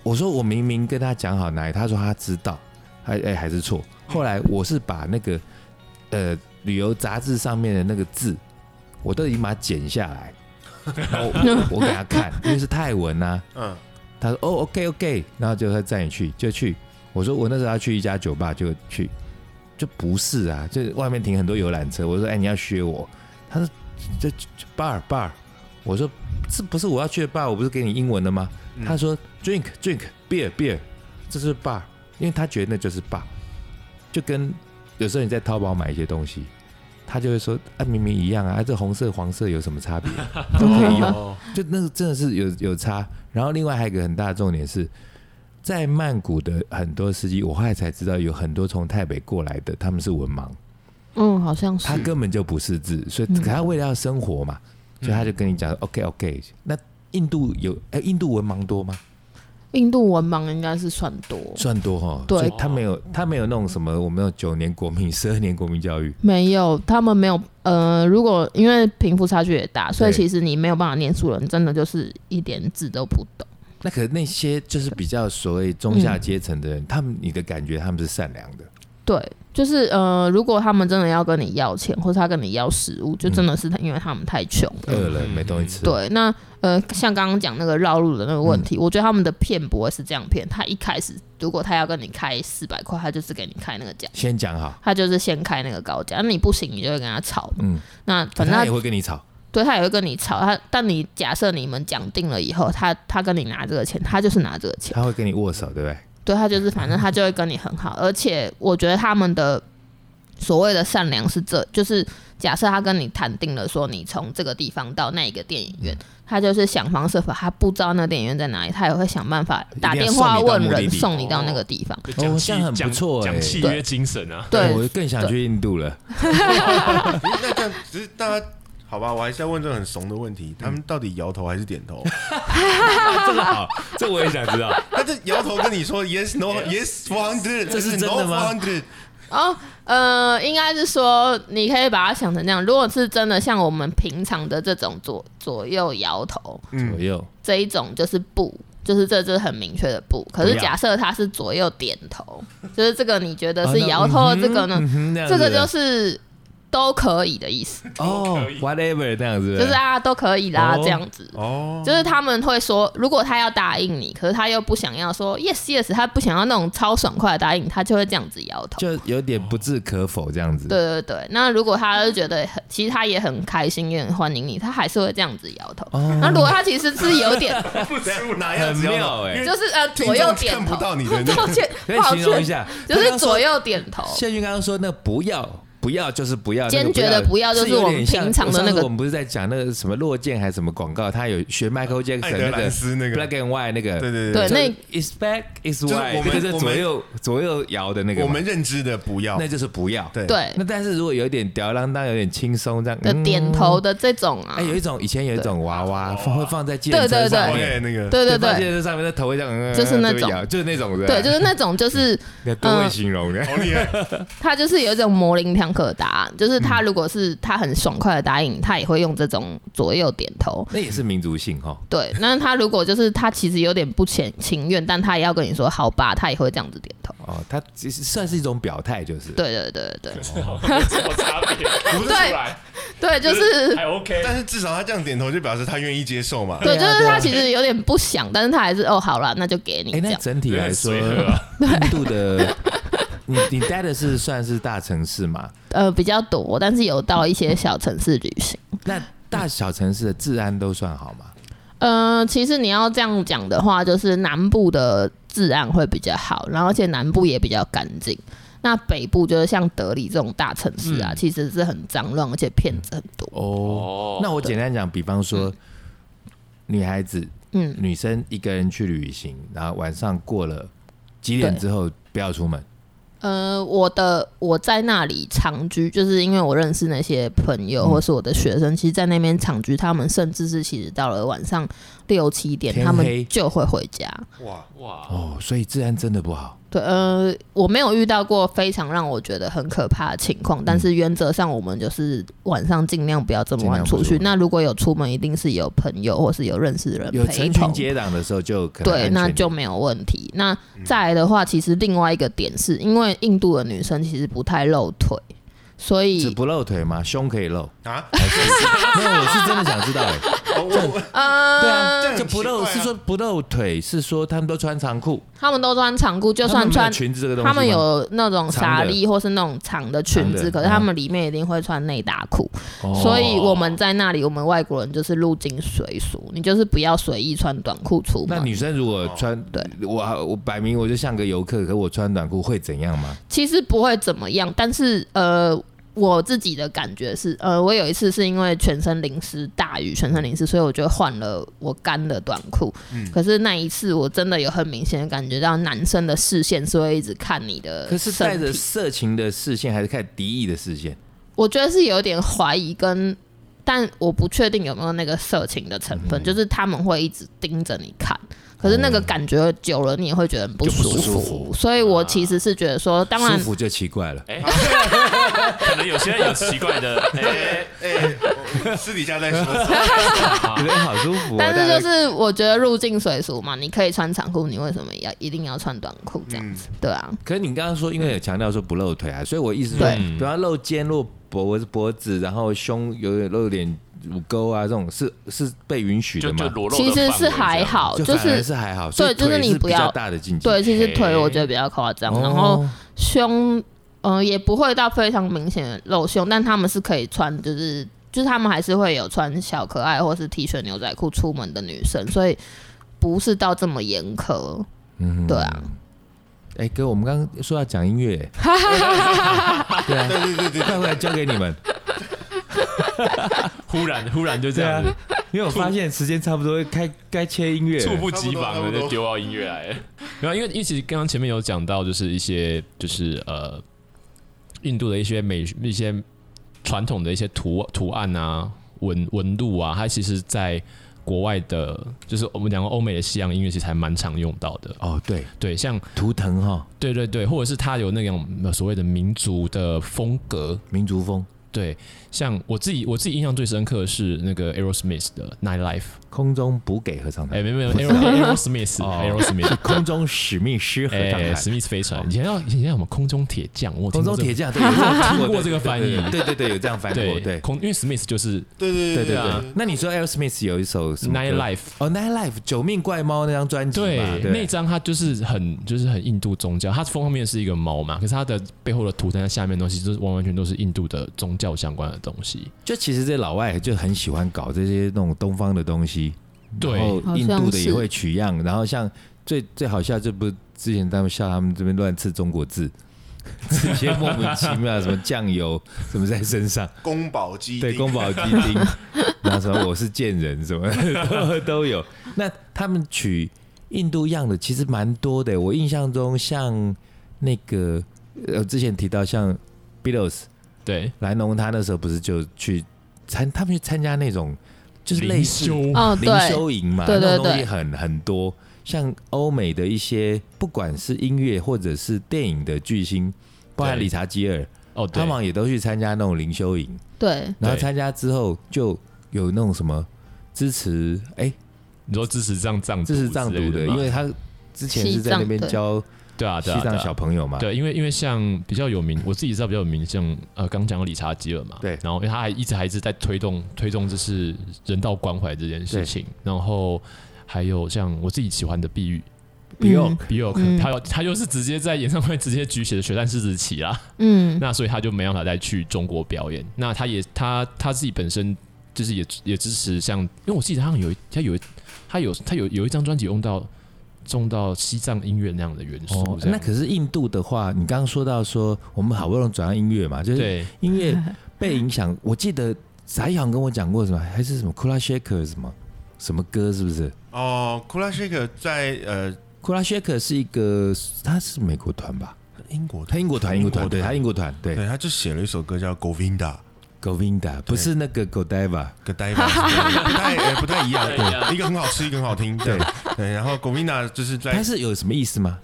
C: 我说我明明跟他讲好哪里，他说他知道，还哎、还是错。后来我是把那个呃旅游杂志上面的那个字，我都已经把它剪下来，然后我 *laughs* 我给他看，因为是泰文啊。
A: 嗯，
C: 他说哦，OK OK，然后就他载你去就去。我说我那时候要去一家酒吧就去，就不是啊，就外面停很多游览车。我说哎，你要削我？他说这这这 bar bar，我说这不是我要去的 bar，我不是给你英文的吗？
A: 嗯
C: 他说 drink drink beer beer，这是 bar，因为他觉得那就是 bar，就跟有时候你在淘宝买一些东西。他就会说啊，明明一样啊，啊这红色黄色有什么差别？都
D: 嗯
C: 可以用，
B: 用，
C: 就那个真的是有有差。然后另外还有一个很大的重点是，在曼谷的很多司机，我后来才知道有很多从台北过来的，他们是文盲，
D: 嗯，好像是
C: 他，根本就不识字，所以
D: 嗯
C: 可他为了要生活嘛，所以他就跟你讲、OK OK。那印度有哎、印度文盲多吗？
D: 印度文盲应该是算多，
C: 算多哈，
D: 对
C: 所以他没有他没有那种什么我们那种九年国民、十二年国民教育，
D: 没有，他们没有，呃，如果因为贫富差距也大，所以
C: 对
D: 其实你没有办法念书的人，真的就是一点字都不懂。
C: 那可那些就是比较所谓中下阶层的人，
D: 嗯
C: 他们你的感觉他们是善良的，
D: 对，就是呃，如果他们真的要跟你要钱，或者他跟你要食物，就真的是因为他们太穷了。
C: 饿了
B: 嗯
C: 没东西吃，
D: 对，那呃，像刚刚讲那个绕路的那个问题，我觉得他们的骗不会是这样骗。他一开始如果他要跟你开四百块，他就是给你开那个价，
C: 先讲好，
D: 他就是先开那个高价，那你不行，你就会跟他吵。
C: 嗯，
D: 那
C: 可
D: 反
C: 是
D: 正
C: 他
D: 他
C: 也会跟你吵，
D: 对他也会跟你吵，他但你假设你们讲定了以后，他他跟你拿这个钱，他就是拿这个钱，
C: 他会跟你握手，对不对？
D: 对他就是反正他就会跟你很好，而且我觉得他们的所谓的善良是这，就是假设他跟你谈定了说你从这个地方到那一个电影院，他就是想方设法，他不知道那电影院在哪里，他也会想办法打电话问人送你到那个地方。
B: 就
C: 哦
B: 讲
C: 这样很
B: 契讲
C: 不错欸
B: 讲契约精神啊，
D: 对
C: 哎我更想去印度了。
A: 那这样只是大家好吧，我还是要问这个很怂的问题，他们到底摇头还是点头？
C: 这个好，这我也想知道。
A: 他这摇头跟你
C: *laughs*
A: 说 yes no yes four hundred，
C: 这是
A: yes,
C: 真的
A: no,
C: 吗
A: 400
D: 哦，呃，应该是说你可以把它想成那样，如果是真的像我们平常的这种左左右摇头，
A: 嗯
C: 左右，
D: 这一种就是不，就是这就是很明确的不。可是
C: 不要
D: 假设他是左右点头，就是这个你觉得
C: 啊
D: 是
C: 那
D: 摇头的这个呢，
C: 嗯哼那样
D: *laughs* 这
C: 子
D: 个就是都可以的意思，
C: 哦
B: 可以
C: ，whatever 这样子，
D: 就是啊都可以啦、
C: 哦
D: 这样子。
A: 哦，
D: 就是他们会说，如果他要答应你，可是他又不想要说 yes yes，他不想要那种超爽快的答应，他就会这样子摇头。
C: 就有点不置可否这样子。
D: 对对对，那如果他就觉得很，其实他也很开心，也很欢迎你，他还是会这样子摇头。
C: 哦
D: 那如果他其实是有点，
A: 不出哪样子摇头
C: 很妙欸
A: 因为
D: 就是呃
A: 听
D: 左
A: 众
D: 右点头，
A: 看不到你的那
D: *laughs* 抱歉，
C: *laughs* 可以
D: 抱
C: 形容一
D: 歉，
C: 下，
D: 就是左右点头。
C: 谢俊刚刚说那不要，不要就是不要，
D: 坚决的
C: 那个
D: 不要就是
C: 有
D: 我们
C: 点像
D: 平常的那个
C: 上次我们不是在讲那个什么落剑还是什么广告，他有学 Michael
A: 艾
C: Jackson
A: 德
C: 那
A: 兰
C: 个
A: 斯那个
C: black and white 那个，
A: 对对
D: 对，那
C: is back is
A: 是
C: white，
A: 我们
C: 就是左右左右摇的那
A: 对，
C: 个嘛，
A: 我们认知的不要
C: 那就是不要。
A: 对
D: 对
C: 那但是如果有点吊儿郎当，有点轻松这样
D: 的
C: 嗯
D: 点头的这种啊
C: 哎，，有一种以前有一种娃娃
A: 对
C: 会放在计
D: 对
C: 程车
D: 对
C: 上
D: 对
C: 面
A: 对，那个
D: 对对
C: 放计
D: 对
C: 程车上面的头会这样，嗯
D: 就是那种
C: 这么摇就是那种的，
D: 对，就是嗯那种就是
C: 那多会形容的。
A: 好厉害，
D: 他就是有一种模棱两可的答案，就是
C: 嗯
D: 他如果是他很爽快的答应，他也会用这种左右点头。
C: *laughs* 那也是民族性哈。
D: 对，那他如果就是他其实有点不情情愿，但他也要跟你说好吧，他也会这样子点头。
C: 哦，它其实算是一种表态，就是
D: 对对对对对
B: 有什么差别？读不出来，
D: *laughs*
B: *laughs*
D: 对，就是
B: 还哎 OK。
A: 但是至少他这样点头就表示他愿意接受
C: *laughs*
A: 嘛。
D: 对，就
C: 对啊
D: 是
C: 对啊
D: 他其实有点不想，但是他还是哦好了，那就给你
C: 哎，
D: 这
C: 那
D: 样。
C: 整体来说，
B: 有点随和啊
C: 印度的， *laughs* 你你待的是算是大城市嘛？
D: 呃，比较多，但是有到一些小城市旅行。
C: 那大小城市的治安都算好吗？
D: 呃，其实你要这样讲的话，就是南部的治安会比较好，然后而且南部也比较干净。那北部就是像德里这种大城市啊，
C: 嗯
D: 其实是很脏乱，而且骗子很多。
C: 哦，
B: 哦
C: 那我简单讲，比方说，女孩子、
D: 嗯，
C: 女生一个人去旅行，然后晚上过了几点
D: 对
C: 之后不要出门，
D: 呃，我的我在那里长居，就是因为我认识那些朋
C: 嗯
D: 友或是我的学生，其实，在那边长居，他们甚至是其实到了晚上六七点，
C: 天
D: 他
C: 黑
D: 们就会回家。
A: 哇，
B: 哇，
C: 哦，所以治安真的不好。
D: 对，呃，我没有遇到过非常让我觉得很可怕的情
C: 嗯
D: 况，但是原则上我们就是晚上尽量不要这么晚
C: 尽
D: 出
C: 量不出
D: 去。
C: 门
D: 那如果有出门，一定是有朋友或是有认识的人
C: 有
D: 呃陪
C: 成群
D: 同。
C: 结党的时候就可能安
D: 对，
C: 全嗯
D: 那就没有问题。那再来的话，其实另外一个点是因为印度的女生其实不太露腿，所
C: 只
D: 以
C: 不露腿吗？胸可以露？
A: 啊，
C: 没有，我是真的 *laughs* 想知道
D: *laughs*
C: 哎。
A: 我我
C: 对
D: 呃，
A: 这
C: 啊，
A: 很
C: 就
A: 奇
C: 不露
A: 怪啊
C: 是说不露腿，是说他们都穿长裤，
D: 她们都穿长裤，就
C: 他们没有
D: 算穿。
C: 裙子这个东西吗，
D: 她们有那种
C: 长
D: 纱
C: 的
D: 丽或是那种长的裙
C: 长的
D: 子，可是她
C: 嗯
D: 们里面一定会穿内搭裤。
C: 哦，
D: 所以我们在那里，我们外国人就是入境随俗，你就是不要随意穿短裤出
C: 那
D: 门。
C: 女生如果穿
D: 哦对，
C: 我我摆明我就像个游客，可我穿短裤会怎样吗？
D: 其实不会怎么样，但是呃，我自己的感觉是，呃，我有一次是因为全身淋湿，大雨全身淋湿，所以我就换了我干的短裤。
C: 嗯
D: 可是那一次我真的有很明显的感觉到，男生的视线是会一直看你的
C: 可是带
D: 身
C: 着
D: 呃体。
C: 色情的视线，还是看敌意的视线？
D: 我觉得是有点怀疑跟，但我不确定有没有那个色情的成
C: 嗯
D: 分，就是他们会一直盯着你看。可是那个感觉久了，你也会觉得很不
C: 就不
D: 舒
C: 舒
D: 服，
C: 服啊
D: 所以我其实是觉得说，当然
C: 舒服就奇怪了。
B: 哎， *laughs* 可能有些人有奇怪的，哎， *laughs*
A: *laughs*
C: 哎
A: 私底下再说。
C: *laughs*
A: 啊
C: 觉得好舒服哦、
D: 但是
C: 大家
D: 就是我觉得入境随俗嘛，你可以穿长裤，你为什么要一定要穿短裤这样
C: 嗯
D: 子？对啊，
C: 可是你刚刚说，因为有强调说不露腿啊，所以我意思说
D: 对，
C: 不要露肩、露脖子、脖子，然后胸有点露点乳沟啊，这种是是被允许
B: 就
C: 的
B: 就
C: 吗？
B: 裸露的
D: 其实
B: 范围这
D: 是
B: 样
D: 还，好，
C: 就
D: 就
C: 反而
D: 是
C: 是还好，
D: 对
C: 所以
D: 就是
C: 腿
D: 你不
C: 比较
D: 要
C: 大的禁忌。
D: 对，其实
B: 嘿
D: 腿我觉得比较夸张，
C: 哦，
D: 然后胸，嗯、也不会到非常明显的露胸，但他们是可以穿，就是就是他们还是会有穿小可爱或是 T 恤牛仔裤出门的女生，所以不是到这么严苛。
C: 嗯
D: 对啊，
C: 哎哥，我们刚刚说要讲音乐，对啊，
A: 对对对对，
C: 待会来交给你们。
B: 忽然忽然就这样子，
C: 因为我发现时间差不多，该该切音乐了。
B: 猝不及防
A: 差不
B: 的
A: 多
B: 就丢到音乐来了。 *laughs* 没有，啊因为因为其实刚刚前面有讲到，就是一些就是呃，印度的一些美一些传统的一些图图案啊、纹纹路啊，它其实在国外的，就是我们讲过欧美的西洋音乐，其实还蛮常用到的。
C: 哦，对，
B: 对，像
C: 图腾哈，
B: 对对对，或者是它有那种呃所谓的民族的风格。
C: 民族风，
B: 对，像我自己我自己印象最深刻的是那个 Aerosmith 的 Nightlife。
C: 空中补给合唱
B: 哎、
C: 团，
B: 没有没有哦
C: 不知道
B: *laughs* Aerosmith，Aerosmith，
C: 是空中史密 *laughs* 斯合唱
B: 哎，
C: 团。
B: 史密斯飞船，以前要以前叫什么空中铁匠，我有听
C: 哦空
B: 过
C: 中
B: 这个
C: 铁匠，对，有这种 *laughs*
B: 听过这个翻译
C: 对对对，有这样翻过，
B: 对啊
C: 对
B: 空，因为 Smith 就是
A: 对对
C: 对对
A: 对
C: 对。那你说 Aerosmith 有一首什么歌
B: Night Life，
C: 哦，Night Life 九命怪猫那张专辑嘛，
B: 对，那
C: 对，
B: 张它就是很就是很印度宗教，它封后面是一个猫嘛，可是它的背后的图腾在下面的东西，就是完完全都是印度的宗教相关的东西。
C: 就其实这老外就很喜欢搞这些那种东方的东西，
B: 对
C: 然，后印
D: 好
C: 度
D: 像
C: 的
D: 是
C: 也会取样，然后像最最好笑，这不是之前他们笑他们这边乱刺中国字， *laughs* 这些莫名其妙什么酱油什么在身上，
A: 宫保鸡
C: 对，宫
A: 丁，
C: 保鸡丁，
B: *laughs*
C: 然后什么我是贱人什么 *laughs* 的都有。那他们取印度样的其实蛮多的，我印象中像那个呃之前提到像 Beatles
B: 对，
C: 莱农，他那时候不是就去参他们去参加那种就是类似啊
B: 灵修
D: 哦，
C: 灵
D: 对，
C: 修营嘛，
D: 对对
C: 那种东西
D: 对
C: 很很多。像欧美的一些，不管是音乐或者是电影的巨星，包含
B: 对
C: 理查基尔，
B: 哦，
C: 他
B: 对
C: 们，好像也都去参加那种灵修营。
D: 对，
C: 然后
B: 对
C: 参加之后就有那种什么支持，哎、
B: 你说支持藏藏
C: 支持藏
B: 之类
C: 独的，
B: 吗
C: 因为他之前是在那边
D: 西藏对
C: 教
B: 对啊，
C: 西
B: 对啊，对
C: 藏
B: 啊
C: 小朋友嘛，
B: 对，因为因为像比较有名，我自己知道比较有名，像呃，刚讲到理查基尔嘛，
C: 对
B: 然后因为他还一直还是在推动推动就是人道关怀这件事情，然后还有像我自己喜欢的碧玉。比奥
D: 嗯，
B: 比奥克，
D: 嗯
B: 他有他又是直接在演唱会直接举起了血战狮子旗啦，
D: 嗯，
B: 那所以他就没办法再去中国表演。那他也他他自己本身就是也也支持像，因为我记得他好像有一他有一他有他有有一张专辑用到用到西藏音乐那样的元素
C: 哦，
B: 这样，
C: 那可是印度的话，你刚刚说到说我们好不容易转到音乐嘛，就是
B: 对
C: 音乐被影响。我记得翟阳跟我讲过什么，还是什么 Kula Shaker 什么什么歌，是不是
A: 哦，Kula Shaker 在呃
C: ？Kula Shaker 是一个，他是美国团吧？
A: 英国，
C: 他英国团，英国团，对他英
A: 国，
C: 国团，对
A: 对，他就写了一首歌叫 Govinda。
C: Govinda，不是那个 Godiva。
A: 跟
C: *laughs*
A: 呆板不太、呃不太一样，对，一个很好吃，一个很好听，对对。然后 Govina 就是在
C: 它是有什么意思吗？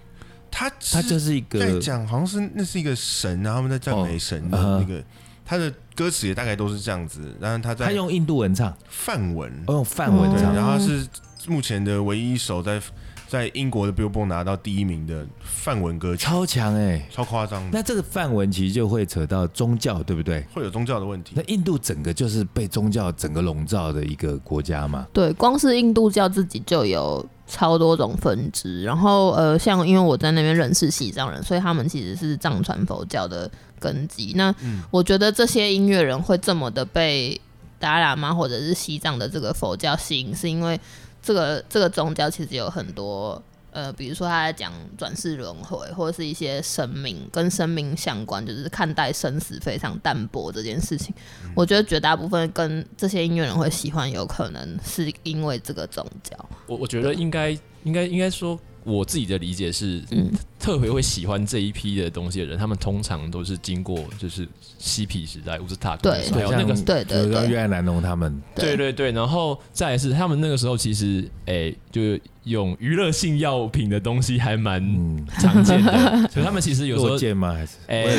A: 他
C: 它就是一个
A: 在讲，好像是那是一个神啊，他们在赞美神的
C: 哦嗯
A: 那个，他的歌词也大概都是这样子，然后他
C: 他
A: 在
C: 用印度文唱，
A: 范文，
C: 哦，用梵文
A: 对，
C: 唱
D: 哦，
A: 然后他是目前的唯一一首在在英国的 Billboard 拿到第一名的范文歌曲，
C: 超强哎、
A: 超夸张的，
C: 那这个范文其实就会扯到宗教，对不对？
A: 会有宗教的问题
C: 那。印度整个就是被宗教整个笼罩的一个国家嘛。
D: 对，光是印度教自己就有超多种分支，然后呃，像因为我在那边认识西藏人，所以他们其实是藏传佛教的根基。那、我觉得这些音乐人会这么的被达赖喇嘛或者是西藏的这个佛教吸引，是因为这个这个宗教其实有很多。呃，比如说他在讲转世轮回，或者是一些生命跟生命相关，就是看待生死非常淡薄这件事情。我觉得绝大部分跟这些音乐人会喜欢，有可能是因为这个宗教。
B: 我我觉得应该应该应该说我自己的理解是，
D: 嗯
B: 特别会喜欢这一批的东西的人，他们通常都是经过就是嬉皮时代、乌斯塔克
D: 对
B: 还有那个
C: 像
D: 对对
C: 比如说
D: 对
C: 越南南农他们，
B: 对对对，然后再来是他们那个时候其实诶、就是用娱乐性药品的东西还蛮
C: 嗯，
B: 常见
D: *laughs*
B: 的，所以他们其实有时候
C: 落剑吗？还是
B: 诶、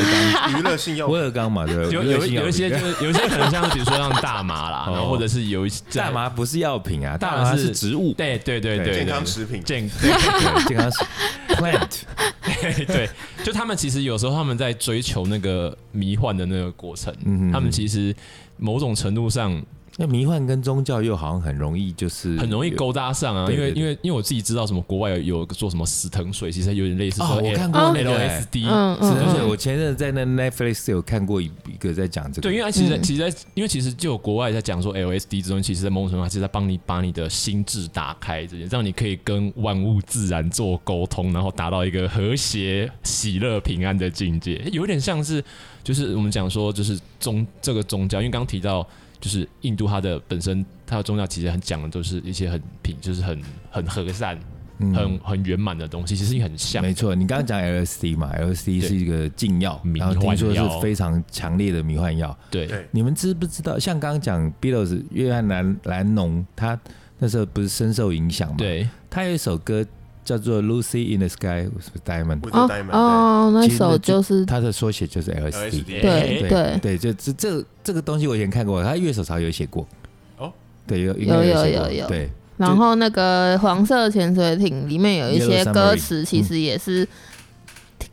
A: 娱乐性药
C: 威
A: 品
C: 尔刚嘛？对不对，
B: 有
C: 威
B: 有
C: 尔性药
B: 有一些
C: 品
B: 就是有一些可能像比如说像大
C: *laughs*
B: 麻啦，然后或者是有一些
C: 大，麻不是药品啊，
B: 大
C: 哦大
B: 麻
C: 麻
B: 是
C: 是
B: *laughs*
C: 植物，
B: 对对对
C: 对
B: 对，对
A: 健康食品，
B: 健对
C: 对健康食 plant，
B: 对 *laughs* 对，就他们其实有时候他们在追求那个迷幻的那个过程，
C: 嗯哼
B: 他们其实某种程度上
C: 那迷幻跟宗教又好像很容易，就是
B: 很容易勾搭上啊，
C: 对
B: 因为
C: 对对
B: 因为因为我自己知道什么国外有有做什么死藤水，其实有点类似
C: 哦
B: 说，哎
C: 我看
B: L-
C: 过那个欸。
B: LSD，、
D: 嗯
C: 是，
D: 嗯
C: 而且我前阵子在那 Netflix 有看过一一个在讲这个，
B: 对，因为其实
D: 嗯
B: 其实在因为其实就有国外在讲说 LSD 这东西，其实在某种程度上是在帮你把你的心智打开，这些让你可以跟万物自然做沟通，然后达到一个和谐、喜乐、平安的境界，有点像是就是我们讲说就是宗这个宗教，因为刚刚提到。就是印度，它的本身它的宗教其实很讲的都是一些很平，就是很很和善、
C: 嗯
B: 很很圆满的东西，其实很像。
C: 没错，你刚刚讲 LSD 嘛，LSD
B: 对
C: 是一个禁药，
B: 迷
C: 然后
B: 幻
C: 听说
B: 药
C: 是非常强烈的迷幻药。
B: 对
A: 对
C: 你们知不知道？像刚刚讲 Beatles 约翰兰兰农，他那时候不是深受影响嘛？，
B: 对，
C: 他有一首歌叫做《Lucy in the Sky with Diamond》，
A: 不是
D: 哦
A: diamond，
D: 哦，那首就是
C: 他的缩写就是 LSD。
A: LSD
D: 对
B: 哎
D: 对
C: 对，就这这这个东西我以前看过，他乐手潮有写过。
A: 哦，
C: 对，有应
D: 有
C: 该
D: 有
C: 写过
D: 有有
C: 对，
D: 然后那个黄色潜水艇里面有一些
C: Yellow Submarine，
D: 歌词，其实也是嗯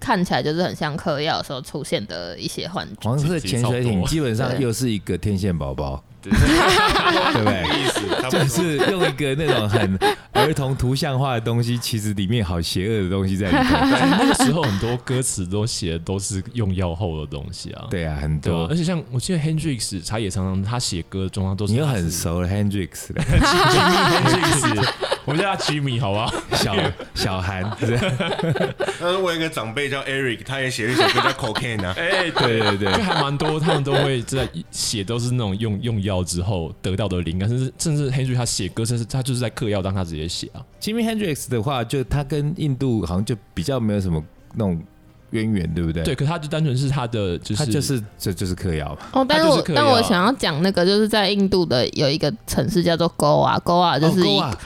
D: 看起来就是很像嗑药的时候出现的一些幻觉。
C: 黄色潜水
B: 其实差不
C: 艇
B: 多
C: 基本上
D: 对
C: 又是一个天线宝宝，
B: 对
C: 对不对？
A: 意思差不
C: *laughs* 就
A: 多
C: 是用一个那种很儿童图像化的东西，其实里面好邪恶的东西在里
B: *laughs*
C: 面。
B: 那个时候很多歌词都写的都是用药后的东西啊。
C: 对啊，很
B: 对啊，
C: 多
B: 而。且像我记得 Hendrix 他也常常他写歌的中央都是
C: 你又很熟了 Hendrix
B: *laughs*
C: 的
B: Hendrix，我们叫他 Jimmy 好
C: *laughs*
B: 不好？
C: 小小韩，对
A: 但是我有一个长辈叫 Eric，他也写了一首歌叫 Cocaine
C: *laughs*
A: 啊，
B: 哎，
C: 对对
B: 就
C: 对，
B: 还蛮多，他们都会在写都是那种用用药之后得到的灵感，甚至甚至 Hendrix 他写歌，甚至他就是在嗑药，让他直接写啊。
C: Jimmy Hendrix 的话，就他跟印度好像就比较没有什么那种渊源，对不对？
B: 对，，可他就单纯是他的就是
C: 他就是这就是嗑药嘛。
D: 哦，但
B: 它
D: 是
B: 就是
D: 我
B: 嗑药
D: 但我想要讲那个，就是在印度的有一个城市叫做 Goa，Goa 就是一、嗯
C: 啊，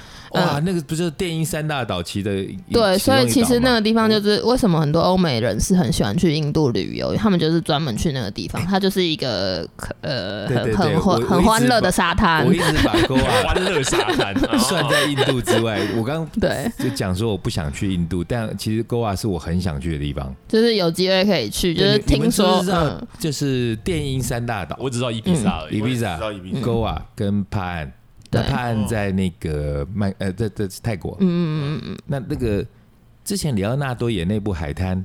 C: 哇，那个不就是电音三大岛其的一嗯
D: 对，所以其实那
C: 个
D: 个地方就是为什么很多欧美人是很喜欢去印度旅游，他们就是专门去那个地方，
C: *laughs*
D: 它就是一个呃
C: 对对
D: 很
C: 对
D: 很
C: 我我
D: 欢
C: 一直
D: 很欢乐的
C: 把
D: 沙滩
C: 我，一直把勾
D: *laughs*
C: 啊
B: 欢乐沙滩，
C: *laughs* 算
B: 哦
C: 在印度之外。我刚
D: 对，
C: *laughs* 就讲说我不想去印度，但其实勾啊是我很想去的地方。
D: 就是有机会可以去， *laughs* 就是
C: 对你
D: 听说
C: 你们知不知道
D: 嗯
C: 就是电音三大岛
B: 我只知道伊比萨而已
C: 伊。嗯比
A: 我也知道伊比萨
C: a 勾啊跟帕岸，
D: 嗯对
C: 那帕岸在那个曼呃，在在泰国，
D: 嗯嗯嗯
C: 那那个之前里奥纳多演那部《海滩》，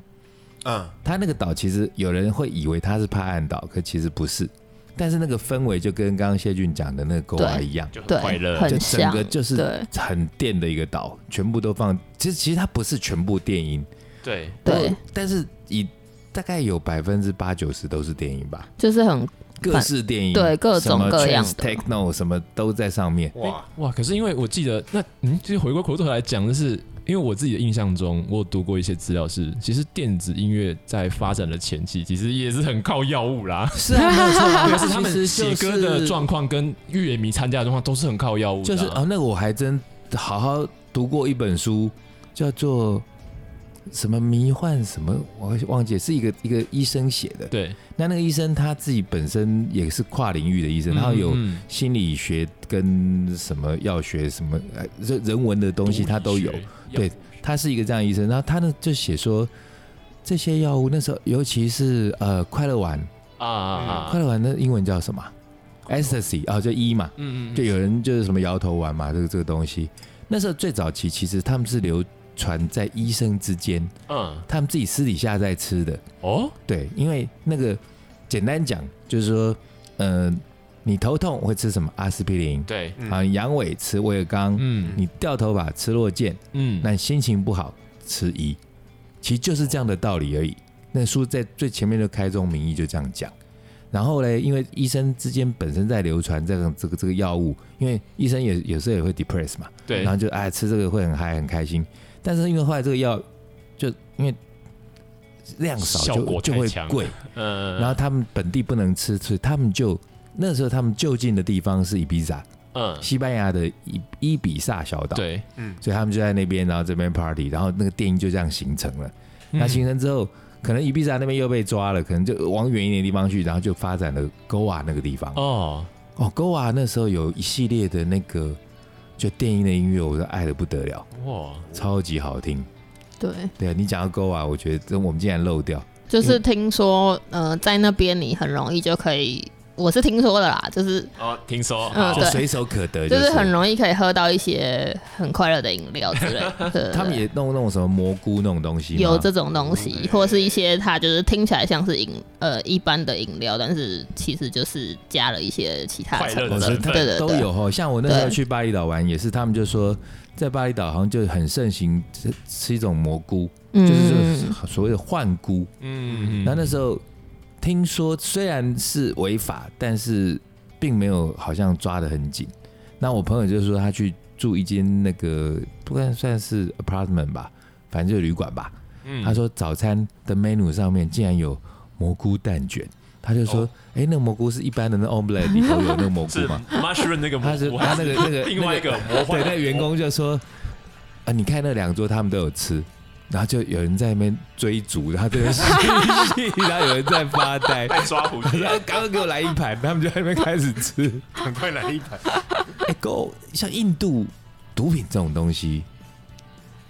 A: 嗯，
C: 它那个岛其实有人会以为它是帕岸岛，可其实不是，但是那个氛围就跟刚刚谢俊讲的那个勾啊
D: 对
C: 一样。
B: 就很
D: 对
B: 快乐，
D: 很
C: 就整个
D: 像
C: 就是
D: 对
C: 很电的一个岛，全部都放。其实其实它不是全部电音，
B: 对，
D: 对，
C: 但是以大概有百分之八九十都是电音吧。
D: 就是很
C: 各式电影，
D: 对各
C: 什
D: 种
C: 么
D: 各样的
C: trance techno 什么都在上面。
A: 哇，
B: 哇！可是因为我记得，那嗯，其实回过头来讲，就是因为我自己的印象中，我有读过一些资料是，其实电子音乐在发展的前期，其实也是很靠药物啦。
C: 是啊，没有错啊 *laughs*
B: 可是他
C: 其
B: 们
C: 实
B: 写
C: 就是
B: 歌的状况跟乐迷参加的状况都是很靠药物的、
C: 就是啊，那个我还真好好读过一本书，叫做什么迷幻什么，我忘记了是一个一个医生写的。
B: 对，
C: 那那个医生他自己本身也是跨领域的医生，然后有
B: 嗯嗯
C: 心理学跟什么药学什么呃人人文的东西他都有
B: 毒理。学
C: 对
B: 药物
C: 他是一个这样的医生，然后他呢就写说，这些药物那时候尤其是呃快乐丸，
B: 啊啊啊！
C: 快乐丸的英文叫什么？ecstasy 啊、就一、嘛，
B: 嗯嗯，
C: 就有人就是什么摇头丸嘛，这个这个东西。那时候最早期其实他们是流传在医生之间，
B: 嗯
C: 他们自己私底下在吃的。
B: 哦，
C: 对，因为那个简单讲就是说，呃，你头痛会吃什么阿司匹林，
B: 对，
A: 嗯
C: 啊，你阳痿吃威尔刚，
B: 嗯
C: 你掉头发吃落健，
B: 嗯，
C: 那你心情不好吃一，其实就是这样的道理而已。那书在最前面的开宗明义就这样讲。然后嘞，因为医生之间本身在流传这个这个这个药物，因为医生也有时候也会 depress 嘛，
B: 对嗯
C: 然后就哎吃这个会很嗨很开心，但是因为后来这个药就因为量少
B: 效
C: 就
B: 果
C: 就
B: 太
C: 会
B: 强
C: 贵，
B: 嗯，
C: 然后他们本地不能吃，所以他们就那时候他们就近的地方是伊比萨，
B: 嗯，
C: 西班牙的伊伊比萨小岛，，
B: 对，
A: 嗯
C: 所以他们就在那边，然后这边 party，然后那个电影就这样形成了。
B: 嗯
D: 嗯
C: 那形成之后，可能伊比萨那边又被抓了，可能就往远一点的地方去，然后就发展了 Goa 那个地方。
B: 哦，
C: 哦，Goa 那时候有一系列的那个就电音的音乐，我都爱的不得了，
B: 哇，
C: 超级好听。
D: 对，
C: 对你讲到 Goa，我觉得这我们竟然漏掉。
D: 就是听说，呃，在那边你很容易就可以，我是听说的啦，就是
B: 哦，听说，
D: 嗯
B: 好
C: 就
D: 对
C: 随手可得、
D: 就是
C: 是
D: 很容易可以喝到一些很快乐的饮料之类的对。
C: 他们也弄那种什么蘑菇那种东西吗，
D: 有这种东
B: 哦
D: 西，或是一些它就是听起来像是饮呃一般的饮料，但是其实就是加了一些其他
B: 快乐
D: 成
B: 的
D: 分，
B: 成分
D: 对对对，
C: 都有哈。像我那时候
D: 对
C: 去巴厘岛玩，也是他们就说，在巴厘岛好像就很盛行吃吃一种蘑菇，
D: 嗯，
C: 就是所谓的幻菇。
B: 嗯，
C: 那、那时候听说虽然是违法，但是并没有好像抓得很紧。那我朋友就说他去住一间那个不算算是 apartment 吧，反正就是旅馆吧。
B: 嗯
C: 他，说早餐的 menu 上面竟然有蘑菇蛋卷，他就说
B: 哦：“
C: 哎、那个蘑菇是一般的那 omelette 里头有那个蘑菇
B: *laughs* 是
C: 吗
B: mushroom 那个？”蘑
C: 他是
B: 菇，
C: 他那个那个
B: 另外一个魔
C: 那
B: 幻
C: 对，那员工就说：“啊，你看那两桌他们都有吃。”然后就有人在那边追逐，然后 *laughs* 这边嬉戏，然后有人在发 *laughs* 呆，
B: 爱抓蝴 *laughs* 蝶
C: 然，后刚刚给我来一盘，他们就在那边开始吃。
A: 赶快来一盘。
C: 哎、够像印度毒品这种东西，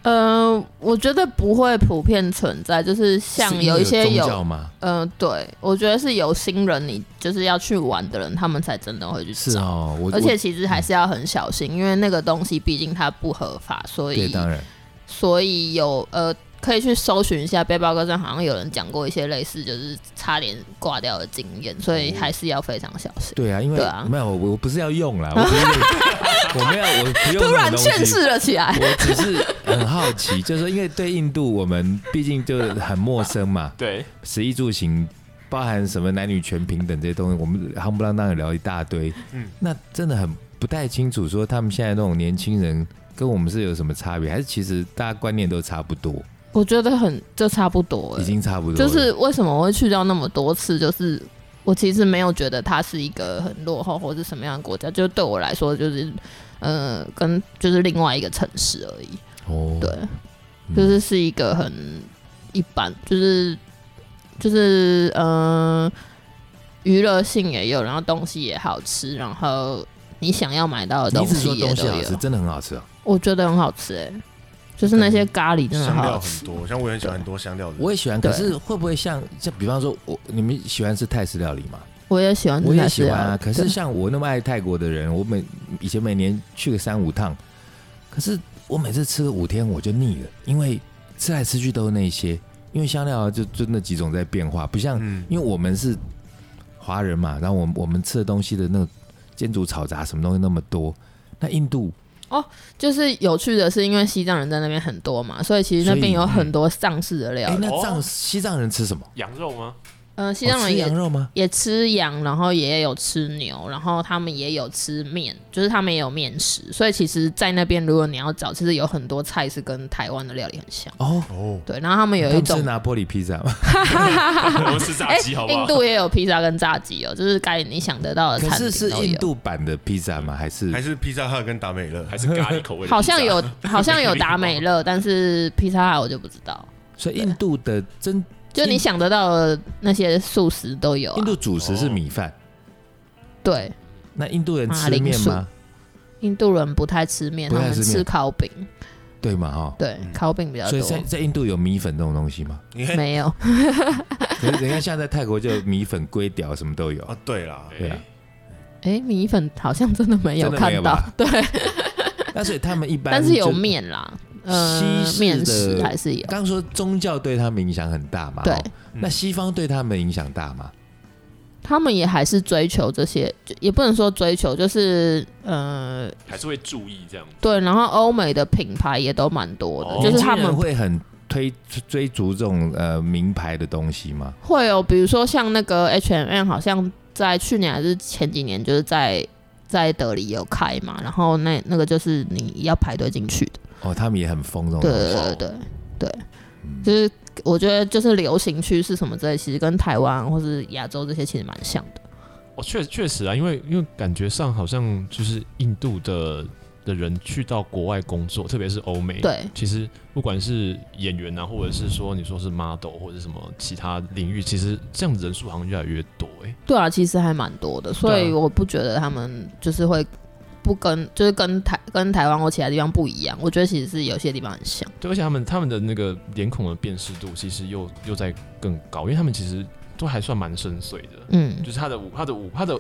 D: 呃，我觉得不会普遍存在，就是
C: 是
D: 像
C: 因为
D: 一些
C: 有
D: 有
C: 宗教吗？
D: 嗯、对，我觉得是有心人，你就是要去玩的人，他们才真的会去
C: 是
D: 找。
C: 哦，我
D: 而且其实还是要很小心，因为那个东西毕竟它不合法，所
C: 我对
D: 以
C: 当然
D: 所以有呃可以去搜寻一下背包客栈，好像有人讲过一些类似就是差点挂掉的经验，所
C: 哦
D: 以还是要非常小心。
C: 对啊，因为
D: 对啊
C: 没有我我不是要用啦，我不是
D: *laughs*
C: 我没有我不用
D: 突
C: 那
D: 然
C: 种
D: 劝
C: 东西。
D: 世了起来，
C: 我只是很好奇，就是因为对印度我们毕竟就很陌生嘛，
B: 对，
C: 食衣住行包含什么男女全平等这些东西，我们夯不啷当的聊一大堆，嗯
A: 嗯，
C: 那真的很不太清楚说他们现在那种年轻人跟我们是有什么差别，还是其实大家观念都差不多，
D: 我觉得很就差不多
C: 已
D: 了。
C: 经差不多了，
D: 就是为什么我会去到那么多次，就是我其实没有觉得它是一个很落后或是什么样的国家，就对我来说就是呃跟就是另外一个城市而已。
C: 哦，
D: 对，
C: 嗯
D: 就是是一个很一般，就是就是嗯，娱乐性也有，然后东西也好吃，然后你想要买到的
C: 你
D: 东
C: 一直
D: 西
C: 说
D: 也
C: 东
D: 都
C: 西好
D: 有
C: 吃，。真的很好吃哦。
D: 我觉得很好吃哎、就是那些咖喱真的啊
A: 香
D: 好
A: 料
D: 好
A: 很
D: 吃。
A: 多，像我也很喜欢很多香料的。
C: 我也喜欢，可
D: 对
C: 是会不会像像比方说我你们喜欢吃泰式料理吗？
D: 我也喜欢
C: 我
D: 吃
C: 也
D: 泰
C: 喜
D: 式
C: 欢
D: 料理，
C: 啊，可是
D: 对
C: 像我那么爱泰国的人，我每以前每年去个三五趟，可是我每次吃个五天我就腻了，因为吃来吃去都是那些，因为香料就就那几种在变化，不像、
A: 嗯，
C: 因为我们是华人嘛，然后我们我们吃的东西的那个煎煮炒炸什么东西那么多，那印度
D: 就是有趣的是，因为西藏人在那边很多嘛，所以其实那
C: 所
D: 边
C: 以嗯
D: 有很多藏式的料
C: 哎、
D: 理。
C: 那藏、
B: 哦
C: 西藏人吃什么？
B: 羊肉吗？ *laughs*
D: 嗯、西
C: 哦
D: 藏
C: 吃
D: 人也
C: 羊肉吗？
D: 也吃羊，然后也有吃牛，然后他们也有吃面，就是他们也有面食。所以其实，在那边如果你要找，其实有很多菜是跟台湾的料理很像。
C: 哦，
A: 哦，
D: 对，然后他们有
C: 他
D: 一
C: 们吃
D: 种，
C: 拿破里披萨吗？
B: 我们吃炸鸡好不好
D: 哎印？度也有披萨跟炸鸡哦，就是该你想得到的
C: 可
D: *laughs* 餐
C: 是
D: 厅
C: 是
D: 都
C: 印
D: 有。
C: 度版的披萨吗？还是
A: 还是披萨哈跟达美乐，
B: 还是咖喱口味的披萨？
D: 好像有，好像有达美乐，但是披萨哈我就不知道。
C: 所以印度的真
D: 就你想得到的那些素食都有、
C: 印
D: 啊。
C: 度主食是米饭。
D: 对，
C: 那印度人
D: 马
C: 吃
D: 铃
C: 面
D: 薯
C: 吗？
D: 印度人不太吃面，嗯
C: 不
D: 他
C: 太
D: 们
C: 吃面
D: 吃烤饼。
C: 对嘛哈、
D: 对，烤饼比较
C: 所
D: 多
C: 以。在在印度有米粉这种东西吗？
A: 你看
D: 没有，
C: 可是人家像在泰国就有米粉、龟屌什么都有
A: 啊，，对啦，
C: 哦对啊。
D: 哎、米粉好像真的没有
C: 真的没
D: 看
C: 有
D: 到 *laughs*
C: 吧，
D: 对，
C: 那所以他们一般
D: 但是有
C: 就。
D: 面啦，呃
C: 西，式
D: 面
C: 的
D: 食还是有，
C: 刚说宗教对他们影响很大嘛？
D: 对
C: 哦那西方对他们影响大吗？
D: 他们也还是追求这些，就也不能说追求，就是呃，
B: 还是会注意这样。
D: 对，然后欧美的品牌也都蛮多的，
B: 哦
D: 嗯就是他
C: 年轻人
D: 们
C: 会很推哦追逐这种呃名牌的东西吗？
D: 会有，比如说像那个 H&M，好像在去年还是前几年，就是在在德里有开嘛，然后那那个就是你要排队进去的，
C: 哦，他们也很疯这种
D: 对
C: 东西。
D: 对对对对，就是我觉得就是流行趋势什么之类，其实跟台湾或是亚洲这些其实蛮像的。
B: 哦，确确实啊，因为因为感觉上好像就是印度的的人去到国外工作，特别是欧美，，
D: 对
B: 其实不管是演员啊，或者是说你说是 model 或者是什么其他领域，其实这样的人数好像越来越多哎、
D: 对啊，其实还蛮多的，所以
B: 对啊
D: 我不觉得他们就是会不跟，就是跟台跟台湾或其他地方不一样。我觉得其实是有些地方很像。
B: 对，而且他们他们的那个脸孔的辨识度其实又又在更高，因为他们其实都还算蛮深邃的，
D: 嗯，
B: 就是他的五他的五他的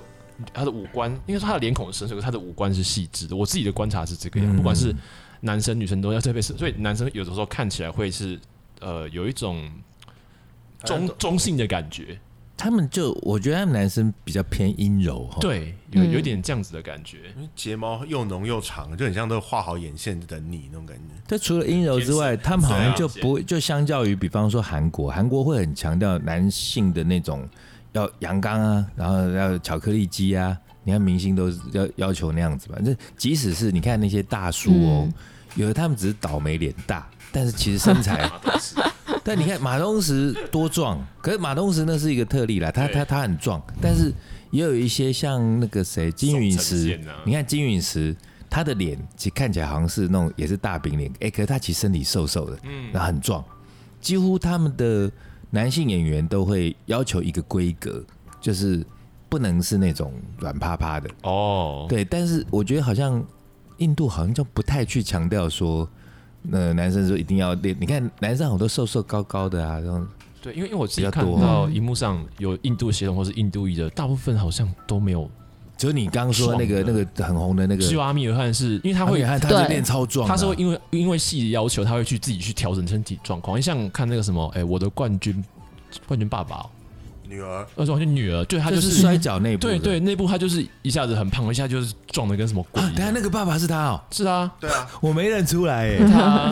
B: 他的五官，应该说他的脸孔是深邃，可是他的五官是细致的。我自己的观察是这个
C: 嗯
B: 样，不管是男生女生都要特别是，所以男生有的时候看起来会是呃有一种中中性的感觉，
C: 他们就我觉得他们男生比较偏阴柔哈。，
B: 对，有
D: 嗯
B: 有一点这样子的感觉。
A: 睫毛又浓又长，就很像都画好眼线等你那种感觉。
C: 但除了阴柔之外，他们好像就
B: 对啊
C: 不就相较于比方说韩国，韩国会很强调男性的那种要阳刚啊，然后要巧克力肌啊。你看明星都是要要求那样子吧，这即使是你看那些大叔哦，
D: 嗯
C: 有的他们只是倒霉脸大，但是其实身
B: *laughs*
C: 材
B: 马东石
C: 但你看马东石多壮，可是马东石那是一个特例啦，他
B: 对
C: 他他很壮，但是也有一些像那个谁金允
B: 宋承
C: 石
B: 宪啊，
C: 你看金允石，他的脸其实看起来好像是那种也是大饼脸，哎、可是他其实身体瘦瘦的，嗯，然后很壮，几乎他们的男性演员都会要求一个规格，就是不能是那种软趴趴的，
B: 哦，
C: 对，但是我觉得好像印度好像就不太去强调说，呃，男生说一定要练。你看男生好多瘦瘦高高的啊，然后
B: 对，因为因为我
C: 比
B: 自己
C: 较
B: 看
C: 多嗯
B: 到荧幕上有印度血统或是印度裔的，大部分好像都没有。
C: 只有你刚刚说那个那
B: 壮的
C: 个很红的那个
B: 只有阿米尔汗是因为他会
C: 阿米汗，他是
D: 对
C: 练超壮的啊，
B: 他是会因为因为戏的要求，他会去自己去调整身体状况。你像看那个什么，哎、我的冠军冠军爸爸、哦，
A: 女儿
B: 那时候就女儿，对他
C: 他
B: 就、
C: 就是是摔跤那一部
B: 对
C: 的
B: 对，那部他就是一下子很胖，一下就是壮的跟什么鬼
C: 啊，
B: 一
C: 等下
B: 样。
C: 那个爸爸是他哦，
B: 是啊，
A: 对啊，
C: 我没认出来哎，
B: 他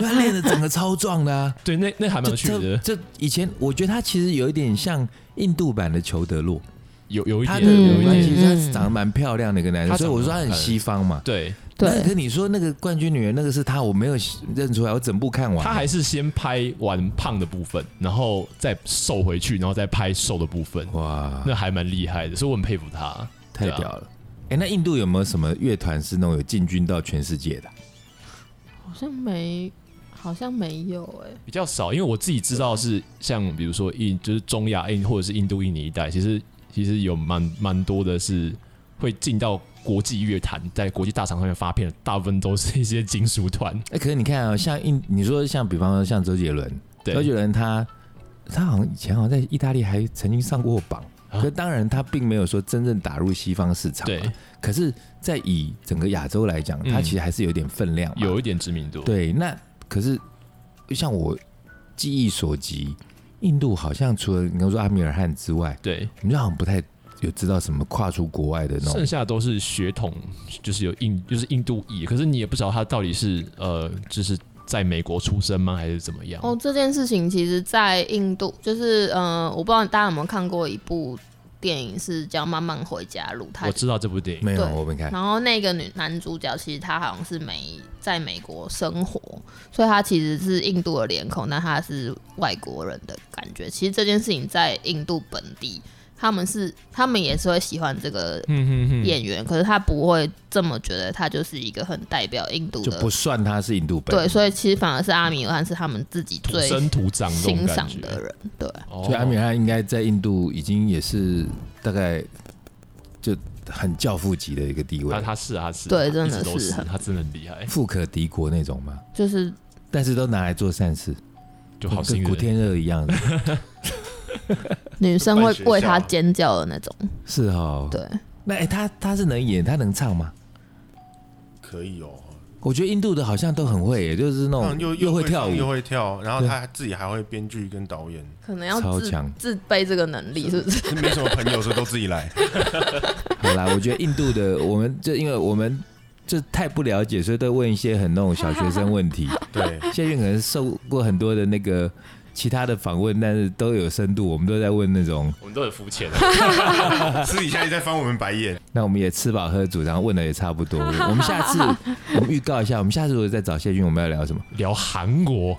C: *laughs* 他练的整个超壮的啊，
B: 对那那还蛮
C: 这
B: 有趣
C: 这
B: 的，
C: 这以前我觉得他其实有一点像印度版的裘德洛，
B: 有有一
C: 他
B: 点
C: 的
B: 有一
C: 关
B: 点
C: 系，
D: 嗯
C: 他长得蛮漂亮的一个男生，
B: 他
C: 所以我说
B: 长
C: 他
B: 得
C: 很
B: 蛮
C: 西方嘛，
B: 对，
C: 那可
D: 对，
C: 你说那个冠军女人那个是她，我没有认出来，我整部看完。
B: 他还是先拍完胖的部分，然后再瘦回去，然后再拍瘦的部分，
C: 哇，
B: 那还蛮厉害的，所以我很佩服他。
C: 太
B: 对啊
C: 屌了！哎、那印度有没有什么乐团是那种有进军到全世界的啊？
D: 好像没，好像没有哎、
B: 比较少，因为我自己知道是像比如说印，就是中亚印或者是印度印尼一带，其实其实有蛮蛮多的是会进到国际乐坛，在国际大厂上面发片的，大部分都是一些金属团。
C: 哎、可是你看啊、像印，你说像比方说像周杰伦，
B: 对
C: 周，杰伦他他好像以前好像在意大利还曾经上过榜，
B: 啊
C: 可当然他并没有说真正打入西方市场嘛。
B: 对，
C: 可是，在以整个亚洲来讲，
B: 嗯
C: 他其实还是有点分量嘛。
B: 有一点知名度。，
C: 对，那可是像我记忆所及，印度好像除了你刚说阿米尔汗之外，
B: 对，
C: 我们就好像不太有知道什么跨出国外的那
B: 剩
C: 种。
B: 下都是血统，就是有印，就是印度裔，可是你也不知道他到底是呃，就是在美国出生吗，还是怎么样？
D: 哦，这件事情其实，在印度，就是嗯、呃我不知道大家有没有看过一部电影，是叫《慢慢回家路》，它
B: 我知道这部电影，
C: 没有，
D: 对
C: 我没看。
D: 然后那个女男主角其实他好像是美在美国生活，所以他其实是印度的脸孔，但他是外国人的感觉。其实这件事情在印度本地，他们是他们也是会喜欢这个
B: 嗯嗯嗯，
D: 演员，可是他不会这么觉得，他就是一个很代表印度
C: 就
D: 的
C: 不。算他是印度本
D: 对，，所以其实反而是阿米尔汗是他们自己
B: 土
D: 最
B: 生土长这种
D: 欣
B: 感
D: 赏
B: 觉。
D: 的人，对。
B: 哦
C: 所以阿米尔汗应该在印度已经也是大概就很教父级的一个地
B: 他
C: 位，
B: 他是啊他是啊，
D: 对真
B: 一
D: 的
B: 直都
D: 是很
B: 他真的很
C: *laughs*
B: 厉害，
C: 富可敌国那种嘛。
D: 就是
C: 但是都拿来做善事，
B: 就好幸
C: 跟
B: 运
C: 古
B: 的人。
C: 天乐一
B: *laughs*
C: 样的，
D: 女生会
A: 办学校
D: 为他尖叫的那种，
C: 是哦。
D: 对，
C: 那哎、他他是能演，他能唱吗？
A: 可以哦，
C: 我觉得印度的好像都很会耶，就是那
A: 嗯
C: 种
A: 又
C: 又会跳
A: 唱又
C: 舞，
A: 会跳，然后他自己还会编剧跟导演，
D: 可能要
C: 超
D: 自
C: 强
D: 自卑这个能力，是不是？
A: 是没什么朋友，所以都自己来。
C: 好啦，我觉得印度的，我们就因为我们就太不了解，所以都问一些很那种小学生问题。
A: 对，
C: 谢俊可能受过很多的那个其他的访问，但是都有深度，我们都在问那种。
B: 我们都很肤浅啊。
A: 私底下也在翻我们白眼。
C: 那我们也吃饱喝足，然后问的也差不
D: *laughs*
C: 多。我们下次我们预告一下，我们下次如果再找谢俊，我们 *laughs* 要聊什么？
B: 聊韩 *laughs* 国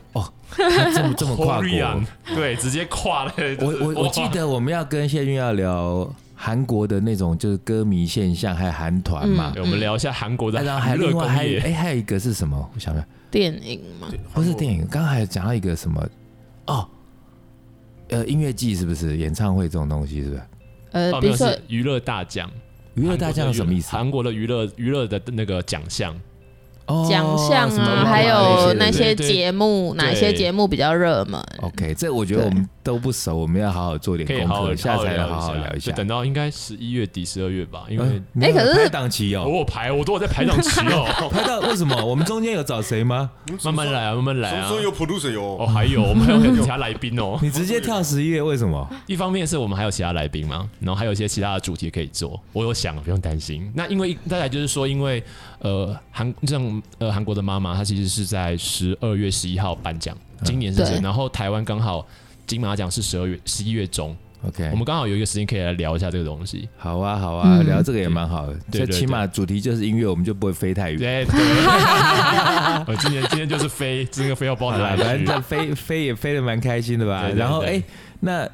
C: 他这么 *laughs* 这么跨
B: Korean，
C: 国。
B: 对，直接跨了。
C: 我我我记得我们要跟谢俊要聊韩国的那种就是歌迷现象，还有韩团嘛
B: 哇， *laughs* 对。我们聊一下韩国
D: 嗯
B: 的
C: 啊然后还
B: 娱
C: 有
B: 乐
C: 另外还
B: 工
C: 有
B: 业，
C: 哎还有一个是什么？我想想，
D: 电影嘛，
C: 不是电影，刚刚还有讲到一个什么哦，呃，音乐季是不是演唱会这种东西是不是？
D: 呃，
B: 哦，
D: 比
B: 没有
D: 如说
B: 是娱乐大奖。
C: 娱乐大奖是什么意思？
B: 韩国的娱乐娱乐的那个奖项，
C: 哦
D: 奖项
C: 什么
D: 啊，
C: Lola
D: 还有
C: 那
D: 那
C: 些的
B: 对
D: 些
B: 对
D: 节目，哪些
B: 对
D: 节目比较热门？
C: OK，这我觉得我们都不熟，我们要好好做点
B: 可以
C: 功
B: 好好
C: 课，下次
B: 好
C: 还要
B: 聊
C: 好好聊一
B: 就
C: 下。
B: 等到应该十一月底、十二月吧，因为哦
C: 嗯，你要
D: 哎可是
C: 有排档期
B: 我
C: 哦，
B: 有排，我都有在排档期
C: *laughs*
B: 哦。
C: 排到为什么？我们中间有找谁吗？
B: 慢慢来啊，慢慢来
A: 什么
B: 啊
A: 时。候有 producer 有？
B: 哦，还有我们还有其他来宾哦。
C: 你直接跳十一月，为什么？
B: 一方面是我们还有其他来宾嘛，然后还有一些其他的主题可以做，我有想，不用担心。那因为再来就是说，因为呃韩像呃韩国的妈妈，她其实是在十二月十一号颁奖，今年是这样，
D: 对
B: 然后台湾刚好金马奖是十二月十一月中，
C: OK，
B: 我们刚好有一个时间可以来聊一下这个东西。
C: 好啊，好啊，
D: 嗯
C: 聊这个也蛮好的，
B: 对
C: 最
B: 对
C: 起码主题就是音乐，我们就不会飞太远。
B: *laughs* 对，我今年今天就是飞，这个飞要包
C: 好
B: 的
C: 啦，
B: 来
C: 啊反
B: 去。
C: 正飞飞也飞的蛮开心的吧
B: 对。对
C: 然后
B: 对
C: 哎，那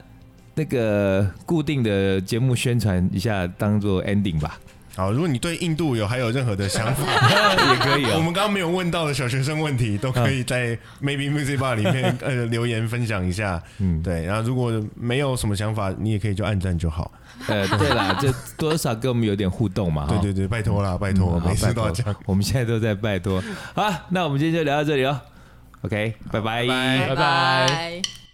C: 那个固定的节目宣传一下，当做 ending
B: *laughs*
C: 吧，
A: 好，如果你对印度有还有任何的想法，
C: 也可以
A: 我
C: 哦。
A: 们刚刚没有问到的小学生问题，都可以在 Maybe Music Bar 里
C: *laughs*
A: 面呃留言分享一下。
C: 嗯，
A: 对，然后如果没有什么想法，你也可以就按赞就好。
C: 呃，对啦，就多少跟我们有点互动嘛。哈
A: 对对对，拜托啦，拜托，
C: 嗯好
A: 每次
C: 拜
A: 都要
C: 托
A: 这样。
C: *laughs* 我们现在都在拜托。好，那我们今天就聊到这里哦。OK，拜拜
B: 哎
A: 拜拜
B: 拜拜。